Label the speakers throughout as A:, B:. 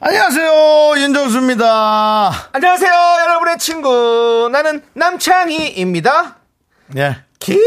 A: 안녕하세요 윤정수입니다.
B: 안녕하세요, 여러분의 친구. 나는 남창희입니다.
A: 예.
B: 긴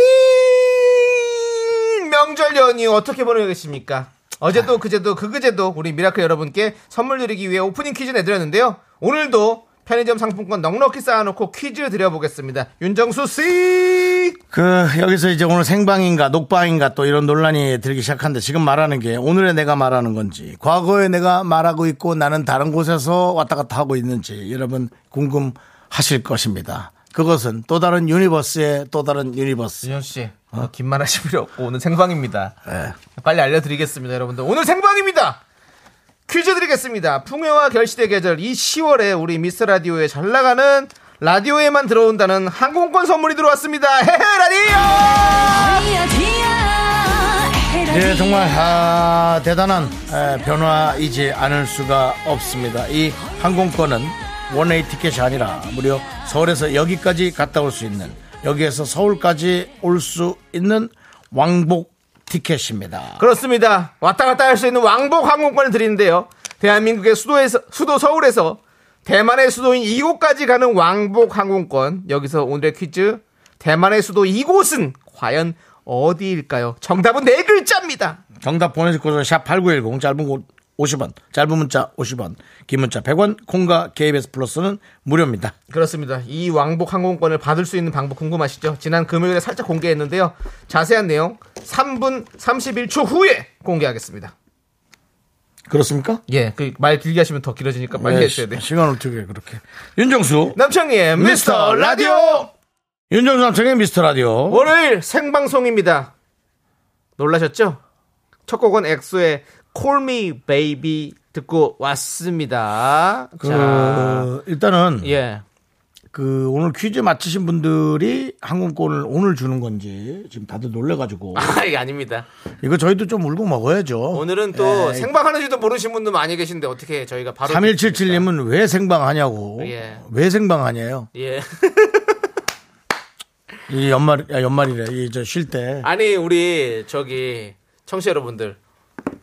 B: 명절 연휴 어떻게 보내고 계십니까? 어제도 그제도 그그제도 우리 미라클 여러분께 선물 드리기 위해 오프닝 퀴즈 내드렸는데요. 오늘도 편의점 상품권 넉넉히 쌓아놓고 퀴즈 드려보겠습니다. 윤정수 씨!
A: 그 여기서 이제 오늘 생방인가 녹방인가 또 이런 논란이 들기 시작하는데 지금 말하는 게 오늘의 내가 말하는 건지 과거에 내가 말하고 있고 나는 다른 곳에서 왔다 갔다 하고 있는지 여러분 궁금하실 것입니다. 그것은 또 다른 유니버스의 또 다른 유니버스.
B: 윤정수 씨, 어, 긴 말 하실 필요 없고 오늘 생방입니다.
A: 예.
B: 빨리 알려드리겠습니다, 여러분들. 오늘 생방입니다. 퀴즈 드리겠습니다. 풍요와 결실의 계절 이 10월에 우리 미스 라디오에 잘 나가는 라디오에만 들어온다는 항공권 선물이 들어왔습니다. 헤헤 라디오!
A: 예, 정말 아, 대단한 에, 변화이지 않을 수가 없습니다. 이 항공권은 원웨이 티켓이 아니라 무려 서울에서 여기까지 갔다 올 수 있는 여기에서 서울까지 올 수 있는 왕복 티켓입니다.
B: 그렇습니다. 왔다 갔다 할 수 있는 왕복 항공권을 드리는데요. 대한민국의 수도에서 수도 서울에서 대만의 수도인 이곳까지 가는 왕복 항공권. 여기서 오늘의 퀴즈. 대만의 수도 이곳은 과연 어디일까요? 정답은 네 글자입니다.
A: 정답 보내실 곳은 샵8910 짧은 곳 50원, 짧은 문자 50원, 긴 문자 100원, 콩과 KBS 플러스는 무료입니다.
B: 그렇습니다. 이 왕복 항공권을 받을 수 있는 방법 궁금하시죠? 지난 금요일에 살짝 공개했는데요. 자세한 내용 3분 31초 후에 공개하겠습니다.
A: 그렇습니까?
B: 예, 그 말 길게 하시면 더 길어지니까 빨리
A: 예,
B: 해주셔야 돼요.
A: 시간을 어떻게 그렇게. 윤정수,
B: 남창희의 미스터 라디오
A: 윤정수 남창의 미스터 라디오.
B: 월요일 생방송입니다. 놀라셨죠? 첫 곡은 엑소의 Call Me Baby 듣고 왔습니다.
A: 그
B: 자,
A: 일단은
B: 예.
A: 그 오늘 퀴즈 맞히신 분들이 항공권을 오늘 주는 건지 지금 다들 놀래가지고
B: 아, 이게 아닙니다.
A: 이거 저희도 좀 울고 먹어야죠.
B: 오늘은
A: 예.
B: 또 생방하는지도 모르신 분도 많이 계신데 어떻게 저희가 바로
A: 3177님은 왜 생방하냐고
B: 예.
A: 왜 생방하냐요?
B: 예.
A: 이 연말 아, 연말이래 이저쉴 때
B: 아니 우리 저기 청취 자 여러분들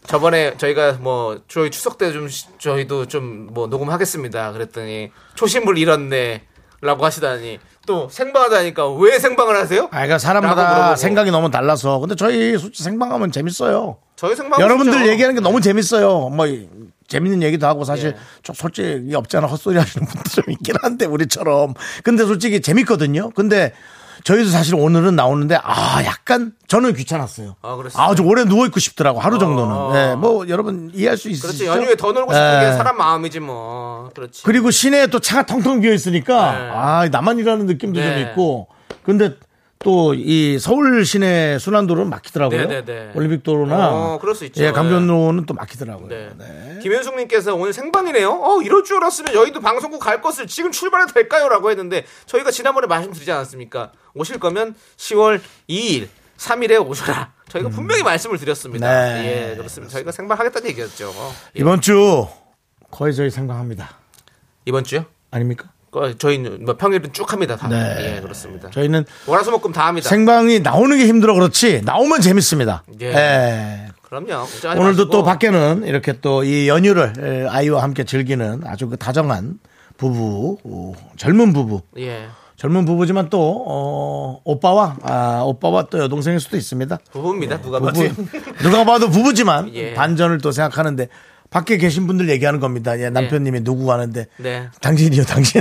B: 저번에 저희가 뭐 저희 추석 때 좀 저희도 좀 뭐 녹음하겠습니다 그랬더니 초심을 잃었네 라고 하시다니 또 생방하다니까 왜 생방을 하세요?
A: 아, 그러니까
B: 라고
A: 사람마다
B: 물어보고.
A: 생각이 너무 달라서 근데 저희 솔직히 생방하면 재밌어요.
B: 저희 생방
A: 여러분들
B: 진짜
A: 얘기하는 게 너무 재밌어요. 뭐 이- 재밌는 얘기도 하고 사실
B: 예.
A: 좀 솔직히 없잖아 헛소리 하시는 분들 좀 있긴 한데 우리처럼. 근데 솔직히 재밌거든요. 근데 저희도 사실 오늘은 나오는데 아 약간 저는 귀찮았어요.
B: 아, 그랬어요?
A: 아주 오래 누워 있고 싶더라고 하루 정도는.
B: 어.
A: 예, 뭐 여러분 이해할 수 있으시죠?
B: 그렇지 연휴에 더 놀고 싶은
A: 예.
B: 게 사람 마음이지 뭐 그렇지
A: 그리고 시내에 또 차가 텅텅 비어 있으니까
B: 네.
A: 아 나만 일하는 느낌도
B: 네.
A: 좀 있고 근데 또 이 서울 시내 순환도로는 막히더라고요.
B: 네, 네, 네.
A: 올림픽도로나
B: 어, 그럴 수 있죠.
A: 예, 강변로는 또 막히더라고요.
B: 네.
A: 네.
B: 김현숙님께서 오늘 생방이네요. 어 이럴 줄 알았으면 저희도 방송국 갈 것을 지금 출발해도 될까요?라고 했는데 저희가 지난번에 말씀드리지 않았습니까? 오실 거면 10월 2일, 3일에 오셔라. 저희가 분명히 말씀을 드렸습니다.
A: 음. 네.
B: 예 그렇습니다. 저희가 생방하겠다는 얘기였죠. 어,
A: 이번 주 거의 저희 생방합니다.
B: 이번 주요?
A: 아닙니까?
B: 어, 저희는 뭐 평일은 쭉 합니다. 다.
A: 네.
B: 예 그렇습니다.
A: 저희는
B: 월화수목금 다 합니다.
A: 생방이 나오는 게 힘들어 그렇지 나오면 재밌습니다.
B: 예. 뭐.
A: 예.
B: 그럼요. 걱정하지
A: 오늘도
B: 마시고.
A: 또 밖에는 이렇게 또 이 연휴를 예, 아이와 함께 즐기는 아주 그 다정한 부부, 오, 젊은 부부,
B: 예
A: 젊은 부부지만 또 어, 오빠와 아, 오빠와 또 여동생일 수도 있습니다.
B: 부부입니다. 누가 봐도
A: 네. 부부 누가 봐도 부부지만
B: 예.
A: 반전을 또 생각하는데 밖에 계신 분들 얘기하는 겁니다. 예, 남편님이 누구 하는데
B: 네.
A: 당신이요, 당신.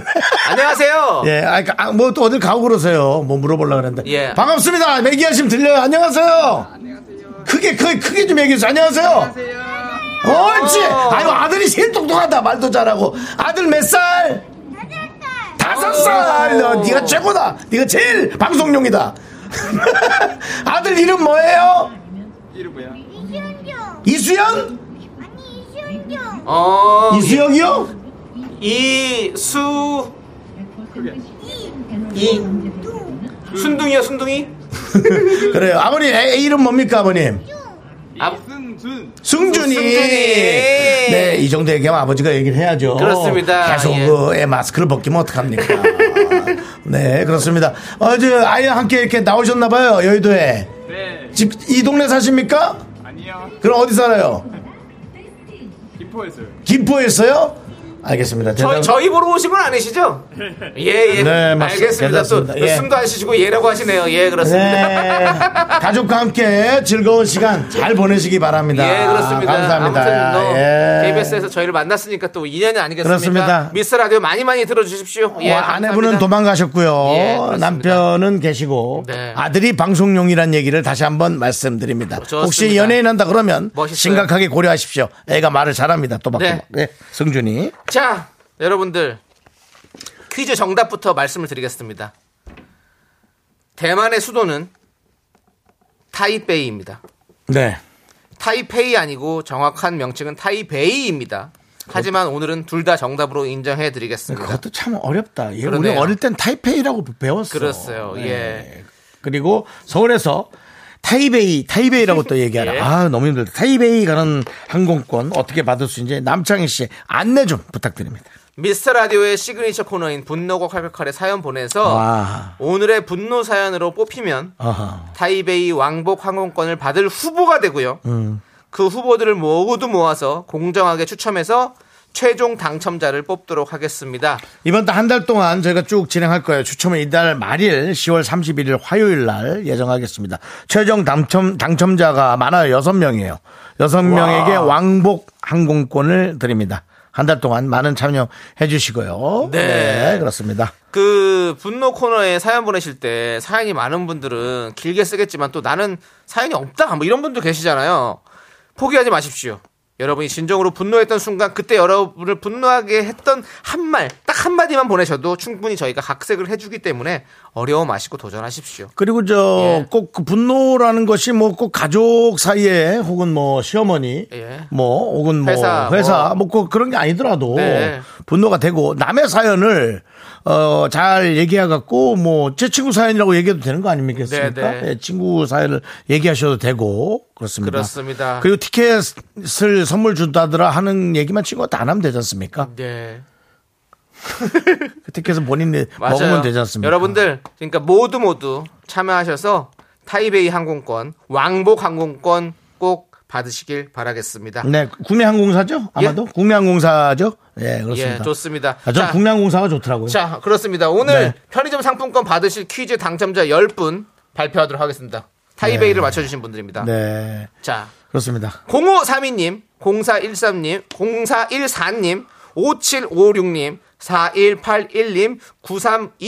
B: 안녕하세요.
A: 예, 아, 그러니까, 아, 뭐또 어딜 가고 그러세요. 뭐 물어보려고 그랬는데.
B: 예.
A: 반갑습니다. 얘기하시면 들려요. 안녕하세요. 크게, 크게, 크게 좀 얘기해주세요. 안녕하세요. 옳지.
B: 어.
A: 아유, 아들이 제일 똑똑하다. 말도 잘하고. 아들 몇 살? 다섯 살. 어. 너, 네가 최고다. 네가 제일 방송용이다. 아들 이름 뭐예요? 이름이요. 이수연?
B: 어,
A: 어, 예. 이수영이요?
B: 이수 이 순둥이요
A: 예,
B: 순둥이
A: 그래요. 아버님, 애 이름 뭡니까, 아버님?
B: 아,
A: 승준이.
B: 승준이.
A: 네, 이 정도 얘기하면 아버지가 얘기를 해야죠.
B: 그렇습니다.
A: 계속
B: 예.
A: 그 애 마스크를 벗기면 어떡합니까? 네, 그렇습니다. 어제 아이와 함께 이렇게 나오셨나봐요, 여의도에. 네. 집, 이 동네 사십니까? 아니요. 그럼 어디 살아요? 김포에서요. 김포에서요? 알겠습니다.
B: 저희,
A: 대단-
B: 저희 보러 오신 건 아니시죠? 예, 예.
A: 네, 맞습니다.
B: 알겠습니다. 또,
A: 괜찮습니다.
B: 또
A: 예.
B: 숨도 안 쉬시고 예라고 하시네요. 예, 그렇습니다.
A: 네. 가족과 함께 즐거운 시간 잘 보내시기 바랍니다.
B: 예, 그렇습니다.
A: 감사합니다.
B: 아무튼 뭐
A: 예.
B: KBS에서 저희를 만났으니까 또 인연이 아니겠습니까?
A: 그렇습니다.
B: 미스 라디오 많이 많이 들어주십시오. 예,
A: 와,
B: 감사합니다.
A: 뭐 아내분은 도망가셨고요.
B: 예, 그렇습니다.
A: 남편은 계시고
B: 네. 어,
A: 아들이 방송용이란 얘기를 다시 한번 말씀드립니다.
B: 좋습니다.
A: 혹시 연예인 한다 그러면
B: 멋있어요.
A: 심각하게 고려하십시오. 애가 말을 잘합니다. 또박또박.
B: 네.
A: 예, 승준이.
B: 자, 여러분들 퀴즈 정답부터 말씀을 드리겠습니다. 대만의 수도는 타이베이입니다.
A: 네.
B: 타이페이 아니고 정확한 명칭은 타이베이입니다. 하지만 오늘은 둘 다 정답으로 인정해 드리겠습니다.
A: 그러니까 그것도 참 어렵다. 예, 우리
B: 그러네요.
A: 어릴 땐 타이페이라고 배웠어. 네.
B: 그랬어요. 예.
A: 그리고 서울에서 타이베이, 타이베이라고 또 얘기하라.
B: 예.
A: 아, 너무 힘들다. 타이베이 가는 항공권 어떻게 받을 수 있는지 남창희 씨 안내 좀 부탁드립니다.
B: 미스터 라디오의 시그니처 코너인 분노가 칼칼칼에 사연 보내서
A: 와.
B: 오늘의 분노 사연으로 뽑히면
A: 어허.
B: 타이베이 왕복 항공권을 받을 후보가 되고요.
A: 음.
B: 그 후보들을 모두 모아서 공정하게 추첨해서 최종 당첨자를 뽑도록 하겠습니다.
A: 이번 달 한 달 동안 저희가 쭉 진행할 거예요. 추첨은 이달 말일 10월 31일 화요일 날 예정하겠습니다. 최종 당첨, 당첨자가 많아요. 6명이에요. 6명에게 왕복 항공권을 드립니다. 한 달 동안 많은 참여해 주시고요.
B: 네.
A: 네, 그렇습니다.
B: 그 분노 코너에 사연 보내실 때 사연이 많은 분들은 길게 쓰겠지만 또 나는 사연이 없다 뭐 이런 분도 계시잖아요. 포기하지 마십시오. 여러분이 진정으로 분노했던 순간 그때 여러분을 분노하게 했던 한 말 딱 한 마디만 보내셔도 충분히 저희가 각색을 해주기 때문에 어려움 마시고 도전하십시오.
A: 그리고 저
B: 예.
A: 꼭 분노라는 것이 뭐 꼭 가족 사이에 혹은 뭐 시어머니
B: 예.
A: 뭐 혹은 뭐
B: 회사,
A: 회사, 뭐, 꼭 그런 게 아니더라도
B: 네.
A: 분노가 되고 남의 사연을 어 잘 얘기해 갖고 뭐 제 친구 사연이라고 얘기해도 되는 거 아닙니까?
B: 네, 네.
A: 예, 친구 사연을 얘기하셔도 되고 그렇습니다.
B: 그렇습니다.
A: 리고 티켓을 선물 준다더라 하는 얘기만 친구한테 안 하면 되지 않습니까?
B: 네.
A: 그 티켓은 본인이
B: 맞아요.
A: 먹으면 되지 않습니까?
B: 여러분들 그러니까 모두 모두 참여하셔서 타이베이 항공권, 왕복 항공권 꼭 받으시길 바라겠습니다.
A: 네, 구미항공사죠? 아마도 구미항공사죠? 예, 그렇습니다.
B: 예, 좋습니다.
A: 아,
B: 자,
A: 전 국내항공사가 좋더라고요.
B: 자, 그렇습니다. 오늘
A: 네.
B: 편의점 상품권 받으실 퀴즈 당첨자 10분 발표하도록 하겠습니다. 타이베이를 맞춰주신 분들입니다.
A: 네,
B: 자,
A: 그렇습니다.
B: 0532님, 0413님, 0414님, 5756님, 4181님, 9327님.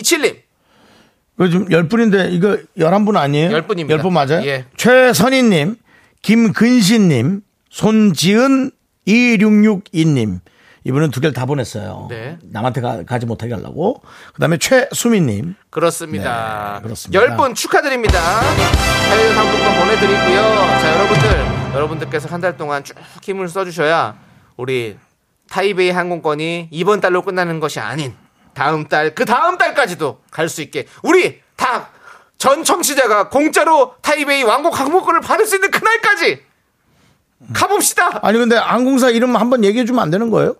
A: 이거 지금 10분인데 이거 11분 아니에요?
B: 열 분입니다.
A: 10분 맞아요?
B: 예.
A: 최선희님, 김근신님, 손지은 2662님. 이분은 두 개를 다 보냈어요.
B: 네.
A: 남한테 가, 지 못하게 하려고. 그 다음에 최수민님.
B: 그렇습니다.
A: 네, 그렇습니다.
B: 10분 축하드립니다. 자유 상품권 보내드리고요. 자, 여러분들, 여러분들께서 한 달 동안 쭉 힘을 써주셔야 우리 타이베이 항공권이 이번 달로 끝나는 것이 아닌 다음 달, 그 다음 달까지도 갈 수 있게 우리 다 전 청취자가 공짜로 타이베이 왕복 항공권을 받을 수 있는 그날까지 가봅시다.
A: 아니, 근데 항공사 이름 한번 얘기해주면 안 되는 거예요?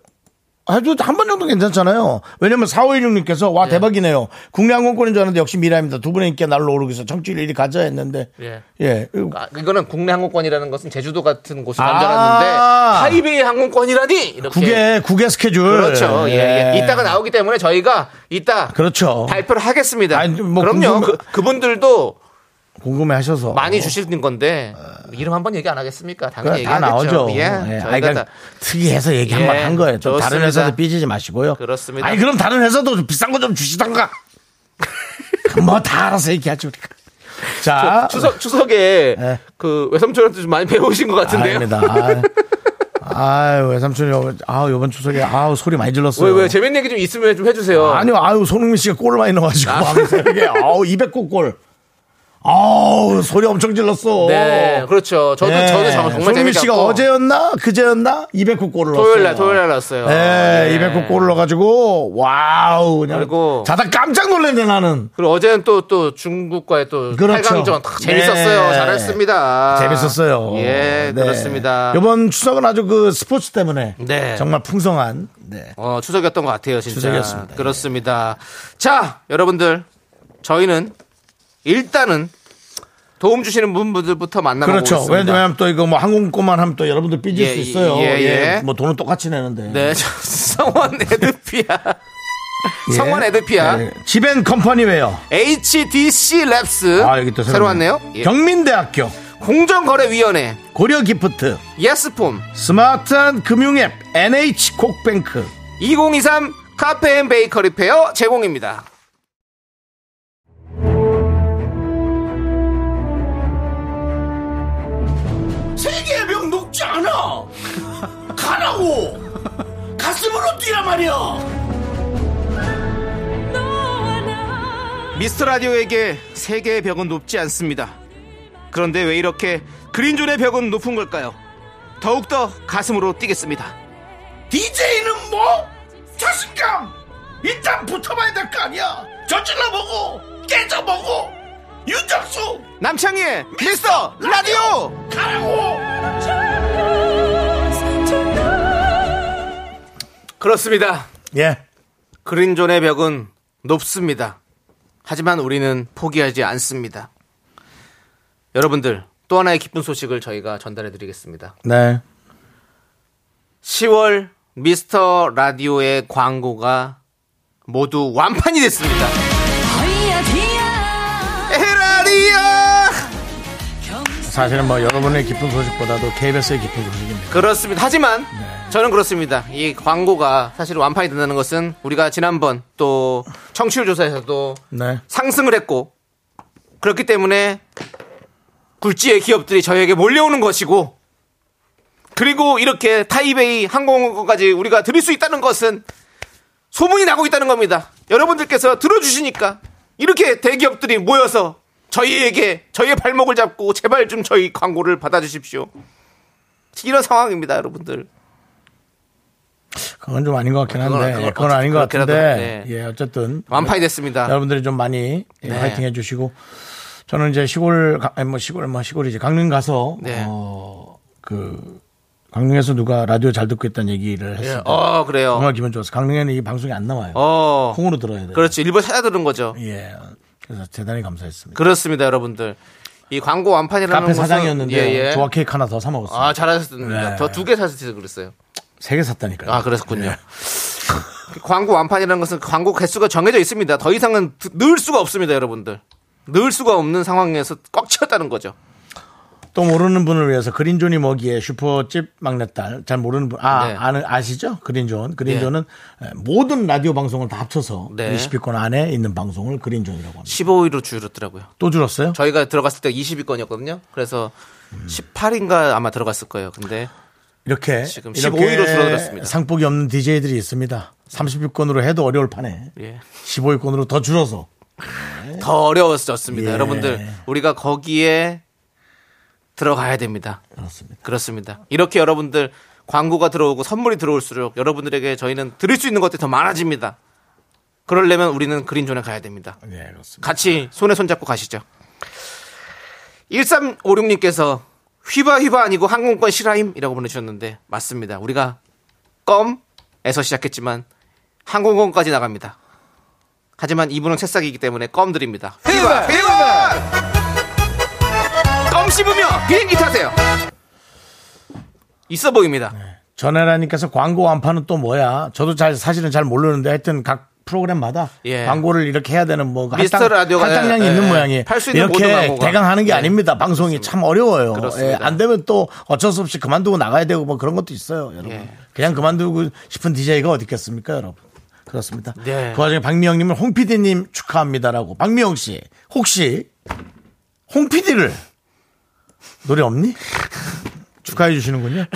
A: 아주 한 번 정도 괜찮잖아요. 왜냐면 4516님께서
B: 예.
A: 와 대박이네요. 국내 항공권인 줄 알았는데 역시 미라입니다. 두 분의 인기가 날로 오르기 위해서 정치일 일이 가자 했는데
B: 예.
A: 예.
B: 아, 이거는 국내 항공권이라는 것은 제주도 같은 곳이
A: 아.
B: 만들었는데 타이베이 항공권이라니 이렇게
A: 국외 국외 스케줄
B: 예. 그렇죠. 예, 예. 이따가 나오기 때문에 저희가 이따
A: 그렇죠.
B: 발표를 하겠습니다.
A: 아니, 뭐
B: 그럼요.
A: 궁금-
B: 그, 분들도
A: 궁금해하셔서
B: 많이 주시는 건데 이름 한 번 얘기 안 하겠습니까?
A: 어. 그래,
B: 당연히
A: 다
B: 얘기하겠죠.
A: 나오죠.
B: 예,
A: 예,
B: 저희가
A: 아니, 그러니까
B: 다-
A: 특이해서 얘기 한 번
B: 예,
A: 한 거예요. 좀 다른
B: 좋습니다.
A: 회사도 삐지지 마시고요.
B: 그렇습니다.
A: 아니 그럼 다른 회사도 좀 비싼 거 좀 주시던가. 뭐 다 알아서 얘기하죠 우리가. 자,
B: 추석 추석에
A: 예.
B: 그 외삼촌한테 좀 많이 배우신 것 같은데요.
A: 아닙니다. 아, 아유 외삼촌이 요- 아유 이번 추석에 아유 소리 많이 질렀어요.
B: 왜 왜 재밌는 얘기 좀 있으면 좀 해주세요.
A: 아니요,
B: 아.
A: 아유 손흥민 씨가 골을 많이 넣어가지고 이게 아우 200골 골. 아우 소리 엄청 질렀어.
B: 네, 그렇죠. 저도
A: 예.
B: 저도 정말 정말
A: 손흥민
B: 재밌게
A: 씨가
B: 봤고.
A: 어제였나 그제였나 200호 골을 넣었어요.
B: 토요일 날 토요일 날 났어요. 예.
A: 네, 200호 골을 넣어가지고 와우 그냥
B: 그리고-
A: 자다 깜짝 놀랐네 나는.
B: 그리고 어제는 또 또 중국과의 또
A: 그렇죠.
B: 8강전 다 재밌었어요.
A: 네.
B: 잘했습니다.
A: 재밌었어요.
B: 아,
A: 네.
B: 예, 그렇습니다.
A: 이번 추석은 아주 그 스포츠 때문에
B: 네.
A: 정말 풍성한 네.
B: 어, 추석이었던 것 같아요, 진짜.
A: 추석이었습니다.
B: 그렇습니다. 자, 여러분들 저희는 일단은 도움 주시는 분들부터 만나보고
A: 그렇죠.
B: 있습니다.
A: 왜냐하면 또 이거 뭐 항공권만 하면 또 여러분들 삐질
B: 예,
A: 수 있어요.
B: 예, 예.
A: 뭐 돈은 똑같이 내는데.
B: 네, 저 성원 에드피아.
A: 예.
B: 성원 에드피아.
A: 네. 지벤 컴퍼니웨어.
B: HDC 랩스.
A: 아 여기 또
B: 네? 새로 왔네요. 예.
A: 경민대학교
B: 공정거래위원회.
A: 고려기프트
B: 예스폼.
A: 스마트한 금융앱 NH콕뱅크
B: 2023 카페인 베이커리 페어 제공입니다.
A: 세계의 병 녹지 않아. 가라고. 가슴으로 뛰란 말이야.
B: 미스터 라디오에게 세계의 벽은 높지 않습니다. 그런데 왜 이렇게 그린존의 벽은 높은 걸까요? 더욱더 가슴으로 뛰겠습니다.
A: DJ는 뭐? 자신감. 일단 붙어봐야 될 거 아니야. 저질러 보고 깨져 보고 윤정수
B: 남창희의 미스터 라디오!
A: 가라고.
B: 그렇습니다.
A: 예.
B: 그린존의 벽은 높습니다. 하지만 우리는 포기하지 않습니다. 여러분들, 또 하나의 기쁜 소식을 저희가 전달해 드리겠습니다.
A: 네.
B: 10월 미스터 라디오의 광고가 모두 완판이 됐습니다. 에라디오!
A: 사실은 뭐 여러분의 기쁜 소식보다도 KBS의 기쁜 소식입니다.
B: 그렇습니다. 하지만 저는 그렇습니다. 이 광고가 사실 완판이 된다는 것은 우리가 지난번 또 청취율 조사에서도
A: 네.
B: 상승을 했고 그렇기 때문에 굴지의 기업들이 저희에게 몰려오는 것이고 그리고 이렇게 타이베이 항공권까지 우리가 드릴 수 있다는 것은 소문이 나고 있다는 겁니다. 여러분들께서 들어주시니까 이렇게 대기업들이 모여서 저희에게 저희의 발목을 잡고 제발 좀 저희 광고를 받아주십시오. 이런 상황입니다, 여러분들.
A: 그건 좀 아닌 것 같긴 한데.
B: 그건-
A: 그건,
B: 그건
A: 아닌 것
B: 그렇게라도,
A: 같은데.
B: 네.
A: 예, 어쨌든
B: 완판이 됐습니다.
A: 여러분들이 좀 많이 예,
B: 아. 네.
A: 화이팅 해주시고 저는 이제 시골 가- 아니, 뭐 시골 뭐 시골이지 강릉 가서 어,
B: 네.
A: 어그 강릉에서 누가 라디오 잘 듣고 있다는 얘기를 했습니다.
B: 어, 그래요.
A: 정말 기분 좋았어. 강릉에는 이 방송이 안 나와요.
B: 어,
A: 콩으로 들어야 돼요.
B: 그렇지. 일부 찾아 들은 거죠.
A: 예. 그래서 대단히 감사했습니다.
B: 그렇습니다, 여러분들. 이 광고 완판이라는
A: 카페
B: 것은
A: 사장이었는데
B: 예, 예.
A: 조화 케이크 하나 더 사 먹었어요.
B: 아, 잘하셨습니다.
A: 네.
B: 더 두 개 사셨어요, 그랬어요.
A: 세 개 샀다니까요.
B: 아, 그랬군요. 그
A: 예.
B: 광고 완판이라는 것은 그 광고 개수가 정해져 있습니다. 더 이상은 드- 넣을 수가 없습니다, 여러분들. 넣을 수가 없는 상황에서 꽉 채웠다는 거죠.
A: 또 모르는 분을 위해서 그린존이 뭐기에 슈퍼집 막내딸 잘 모르는 분, 아,
B: 네.
A: 아는, 아시죠? 그린존. 그린존은 모든 라디오 방송을 다 합쳐서
B: 네.
A: 20위권 안에 있는 방송을 그린존이라고 합니다.
B: 15위로 줄었더라고요.
A: 또 줄었어요?
B: 저희가 들어갔을 때 20위권이었거든요. 그래서 18인가 아마 들어갔을 거예요. 근데
A: 이렇게
B: 지금
A: 이렇게
B: 15위 로 줄어들었습니다.
A: 상복이 없는 DJ들이 있습니다. 30위권으로 해도 어려울 판에
B: 예.
A: 15위권으로 더 줄어서
B: 더 어려워졌습니다.
A: 예.
B: 여러분들, 우리가 거기에 들어가야 됩니다.
A: 그렇습니다.
B: 그렇습니다. 이렇게 여러분들 광고가 들어오고 선물이 들어올수록 여러분들에게 저희는 드릴 수 있는 것들이 더 많아집니다. 그러려면 우리는 그린존에 가야 됩니다.
A: 예, 그렇습니다.
B: 같이 손에 손잡고 가시죠. 1356님께서 휘바 휘바 아니고 항공권 실화임이라고 보내주셨는데 맞습니다. 우리가 껌에서 시작했지만 항공권까지 나갑니다. 하지만 이분은 새싹이기 때문에 껌 드립니다. 휘바 휘바 껌 씹으며 비행기 타세요. 있어 보입니다.
A: 네. 전혜라님께서 광고 완판은 또 뭐야? 저도 잘 사실은 잘 모르는데 하여튼 각 프로그램마다
B: 예.
A: 광고를 이렇게 해야 되는 뭐
B: 미스터 라디오가
A: 할당량이
B: 예,
A: 있는
B: 예.
A: 모양이
B: 팔수 있는 모든
A: 이렇게
B: 광고가.
A: 대강 하는 게
B: 예.
A: 아닙니다. 방송이 참 어려워요.
B: 그렇습니다.
A: 예, 안 되면 또 어쩔 수 없이 그만두고 나가야 되고 뭐 그런 것도 있어요, 여러분.
B: 예.
A: 그냥 그만두고 싶은 DJ가 어디 있겠습니까, 여러분? 그렇습니다.
B: 네.
A: 그 와중에 박미영님은 홍 PD님 축하합니다라고. 박미영 씨 혹시 홍 PD를 노래 없니? 축하해 주시는군요.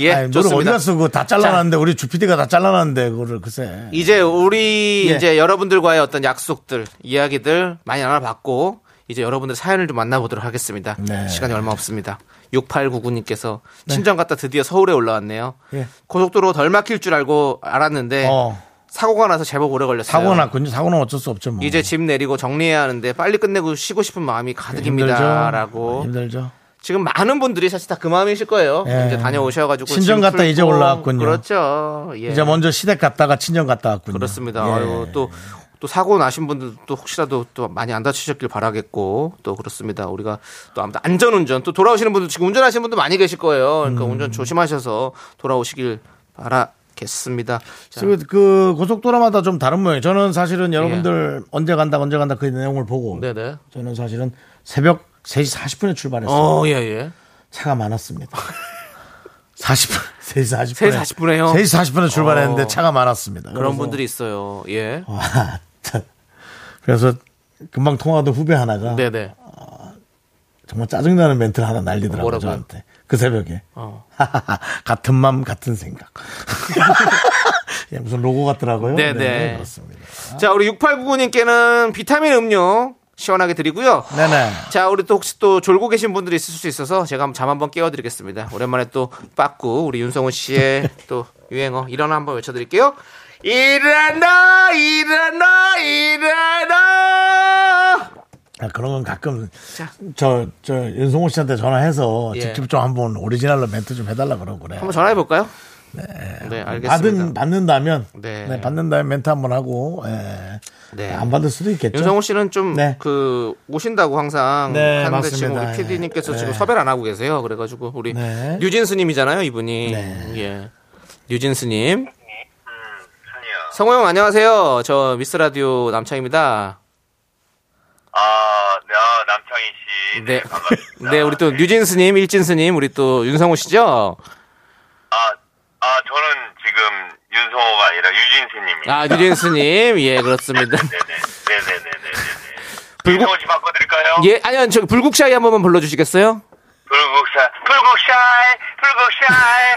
B: 예,
A: 아니, 노래 어디
B: 좋습니다.
A: 갔어? 그거 다 잘라놨는데, 우리 주피디가 다 잘라놨는데, 그거를 글쎄.
B: 이제 우리
A: 예.
B: 이제 여러분들과의 어떤 약속들, 이야기들 많이 나눠봤고 이제 여러분들 사연을 좀 만나보도록 하겠습니다.
A: 네.
B: 시간이 얼마 없습니다. 6899님께서 친정 갔다 드디어 서울에 올라왔네요.
A: 예.
B: 고속도로 덜 막힐 줄 알고 알았는데
A: 어.
B: 사고가 나서 제법 오래 걸렸어요.
A: 사고 났군요. 사고는 어쩔 수 없죠. 뭐.
B: 이제 집 내리고 정리해야 하는데 빨리 끝내고 쉬고 싶은 마음이
A: 힘들죠. 아,
B: 가득입니다라고
A: 힘들죠.
B: 지금 많은 분들이 사실 다 그 마음이실 거예요.
A: 예.
B: 이제 다녀오셔가지고
A: 친정
B: 짐
A: 갔다
B: 풀고.
A: 이제 올라왔군요.
B: 그렇죠. 예.
A: 이제 먼저 시댁 갔다가 친정 갔다 왔군요.
B: 그렇습니다.
A: 예.
B: 아유, 또, 또 사고 나신 분들도 또 혹시라도 또 많이 안 다치셨길 바라겠고 또 그렇습니다. 우리가 또 아무튼 안전운전 또 돌아오시는 분들 지금 운전하시는 분들 많이 계실 거예요. 그러니까
A: 음.
B: 운전 조심하셔서 돌아오시길 바라겠습니다. 자,
A: 지금 그 고속도로마다 좀 다른 모양이에요. 저는 사실은 여러분들 언제 간다 언제 간다 그 내용을 보고
B: 예. 네네.
A: 저는 사실은 새벽 3시 40분에 출발했어요.
B: 어, 예, 예.
A: 차가 많았습니다. 40분, 3시 40분.
B: 3시 40분 에요?
A: 3시 40분에 출발했는데
B: 어.
A: 차가 많았습니다.
B: 그런
A: 그래서-
B: 분들이 있어요. 예.
A: 와, 참. 그래서 금방 통화하던 후배 하나가
B: 네네.
A: 정말 짜증나는 멘트를 하나 날리더라고요.
B: 뭐라고요?
A: 저한테. 그 새벽에.
B: 어.
A: 같은 맘, 같은 생각. 예, 무슨 로고 같더라고요.
B: 네네.
A: 그렇습니다.
B: 자, 우리 6899님께는 비타민 음료 시원하게 드리고요.
A: 네네.
B: 자, 우리 또 혹시 또 졸고 계신 분들이 있을 수 있어서 제가 한번 잠 한번 깨워드리겠습니다. 오랜만에 또 빠꾸 우리 윤성훈 씨의 또 유행어 일어나 한번 외쳐드릴게요. 일어나, 일어나, 일어나.
A: 아, 그런 건 가끔 저, 저 윤성호 씨한테 전화해서
B: 예.
A: 직접 좀 한번 오리지널로 멘트 좀 해달라 그러고 그래.
B: 한번 전화해 볼까요? 네, 알겠습니다.
A: 받은, 받는다면.
B: 네.
A: 네. 받는다면 멘트 한번 하고, 예.
B: 네.
A: 안 받을 수도 있겠죠.
B: 윤성훈 씨는 좀 그
A: 네.
B: 오신다고 항상
A: 네,
B: 하는데 지금
A: 맞습니다.
B: 우리 PD님께서
A: 네.
B: 지금 섭외를 안 하고 계세요. 그래가지고 우리
A: 네.
B: 뉴진스님이잖아요, 이분이.
A: 네.
B: 예,
C: 음,
B: 뉴진스님. 성호 형 안녕하세요. 저 미스 라디오 남창입니다.
C: 아, 네, 아, 남창희 씨.
B: 네,
C: 반갑습니다.
B: 네 우리 또 뉴진스님, 일진스님, 우리 또 윤성호 씨죠.
C: 아, 아, 저는 지금 윤성호가 아니라 유진수님입니다. 네,
B: 아 뉴진스님, 예 그렇습니다.
C: 네네네네네.
B: 불국-
C: 윤성호 씨 바꿔드릴까요?
B: 예, 아니요, 저 불국샤이 한 번만 불러주시겠어요?
C: 불국샤, 불국샤이,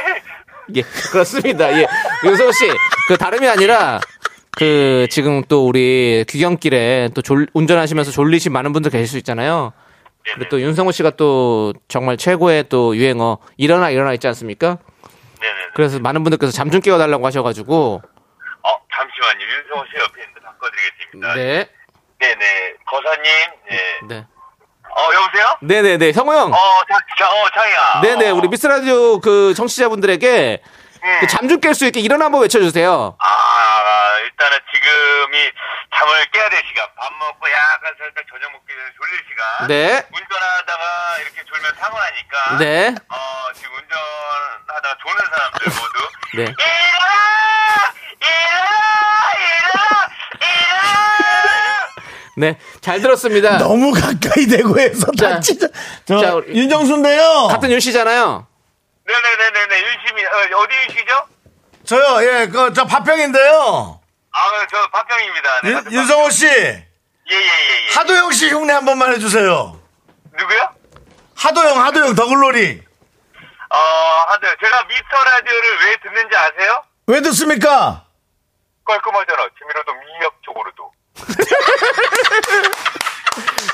C: 불국샤이.
B: 예, 그렇습니다. 예. 윤성호 씨, 그 다름이 아니라, 그, 지금 또 우리 귀경길에 또 졸, 운전하시면서 졸리신 많은 분들 계실 수 있잖아요. 그리고
C: 네,
B: 또 윤성호 씨가 또 정말 최고의 또 유행어, 일어나, 일어나 있지 않습니까?
C: 네네.
B: 그래서 많은 분들께서 잠 좀 깨워달라고 하셔가지고,
C: 어, 잠시만요. 윤성호 씨 옆에 있는데 바꿔드리겠습니다.
B: 네.
C: 네네. 거사님, 예.
B: 네.
C: 어, 여보세요?
B: 네네네, 성호 형!
C: 어, 자, 자, 어, 창희야.
B: 네네, 우리 미스라디오 그 청취자분들에게 그 잠 좀 깰 수 있게 일어나 한번 외쳐주세요.
C: 아, 일단은 지금이 잠을 깨야 될 시간. 밥 먹고 약간 살짝 저녁 먹기 전에 졸릴 시간.
B: 네.
C: 운전하다가 이렇게 졸면 사고 나니까.
B: 네.
C: 어, 지금 운전하다가 졸는 사람들 모두.
B: 네.
C: 일어나! 일어나! 일어나! 일어나!
B: 네. 잘 들었습니다.
A: 너무 가까이 대고 해서
B: 자,
A: 다 진짜. 저,
B: 자, 우리-
A: 윤정수인데요.
B: 같은 윤 씨잖아요.
C: 네네네네네, 윤심이, 어, 어디 윤씨죠?
A: 저요, 예, 그, 저 파평인데요.
C: 아, 저 박병입니다. 네,
A: 윤,
C: 같은
A: 윤성호 씨,
C: 박- 예, 예, 예, 예.
A: 하도영 씨 흉내 한 번만 해주세요.
C: 누구요?
A: 하도영, 하도영, 더글로리.
C: 어, 하여튼 제가 미스터 라디오를 왜 듣는지 아세요?
A: 왜 듣습니까?
C: 깔끔하잖아. 재미로도 미학적으로도.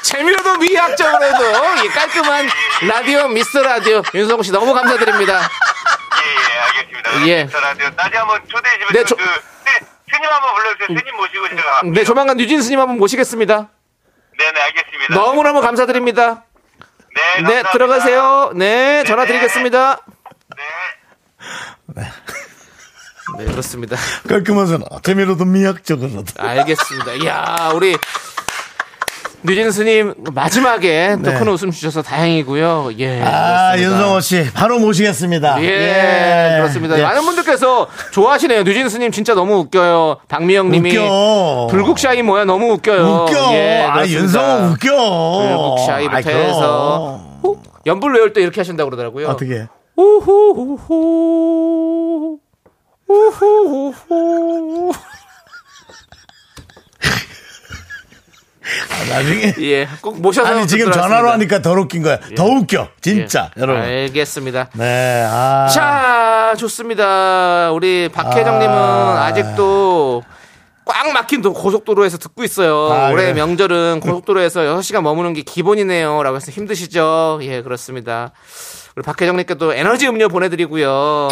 B: 재미로도 미학적으로도 이 깔끔한 라디오 미스 라디오 윤성호 씨 너무 감사드립니다.
C: 예, 예, 알겠습니다. 그럼
B: 예.
C: 미스터 라디오 다시 한번 초대해 주면
B: 네,
C: 네,
B: 조-
C: 그 네, 스님 한번 불러주세요. 스님 모시고 제가
B: 네 조만간 뉴진 스님 한번 모시겠습니다.
C: 네, 네, 알겠습니다.
B: 너무너무 감사드립니다. 네
C: 네, 감사합니다.
B: 들어가세요. 네 전화 드리겠습니다.
C: 네.
B: 네 그렇습니다.
A: 깔끔하잖아. 재미로도 미학적으로도.
B: 아, 예, 알겠습니다. 이야 우리 뉴진 스님 마지막에 또
A: 네.
B: 큰 웃음 주셔서 다행이고요. 예.
A: 아,
B: 그렇습니다.
A: 윤성호 씨, 바로 모시겠습니다.
B: 예, 그렇습니다.
A: 아, 예.
B: 많은 분들께서 좋아하시네요. 뉴진 스님 진짜 너무 웃겨요. 박미영 님이
A: 웃겨.
B: 불국샤이 뭐야 너무 웃겨요.
A: 웃겨.
B: 예,
A: 아,
B: 그렇습니다.
A: 윤성호 웃겨. 아,
B: 불국샤이부터
A: 그럼. 아,
B: 해서 후, 연불 외울 때 이렇게 하신다고 그러더라고요.
A: 어떻게.
B: 우후후후 우후후후
A: 아, 나중에.
B: 예, 꼭 모셔서
A: 아니, 지금
B: 듣도록
A: 전화로
B: 하겠습니다.
A: 하니까 더 웃긴 거야. 더 웃겨.
B: 예.
A: 진짜. 여러분.
B: 알겠습니다.
A: 네, 아.
B: 자, 좋습니다. 우리 박혜정님은
A: 아.
B: 아직도 꽉 막힌 도- 고속도로에서 듣고 있어요.
A: 아,
B: 올해
A: 그래.
B: 명절은 고속도로에서 6시간 머무는 게 기본이네요. 라고 해서 힘드시죠? 예, 그렇습니다. 우리 박혜정님께 또 에너지 음료 보내드리고요.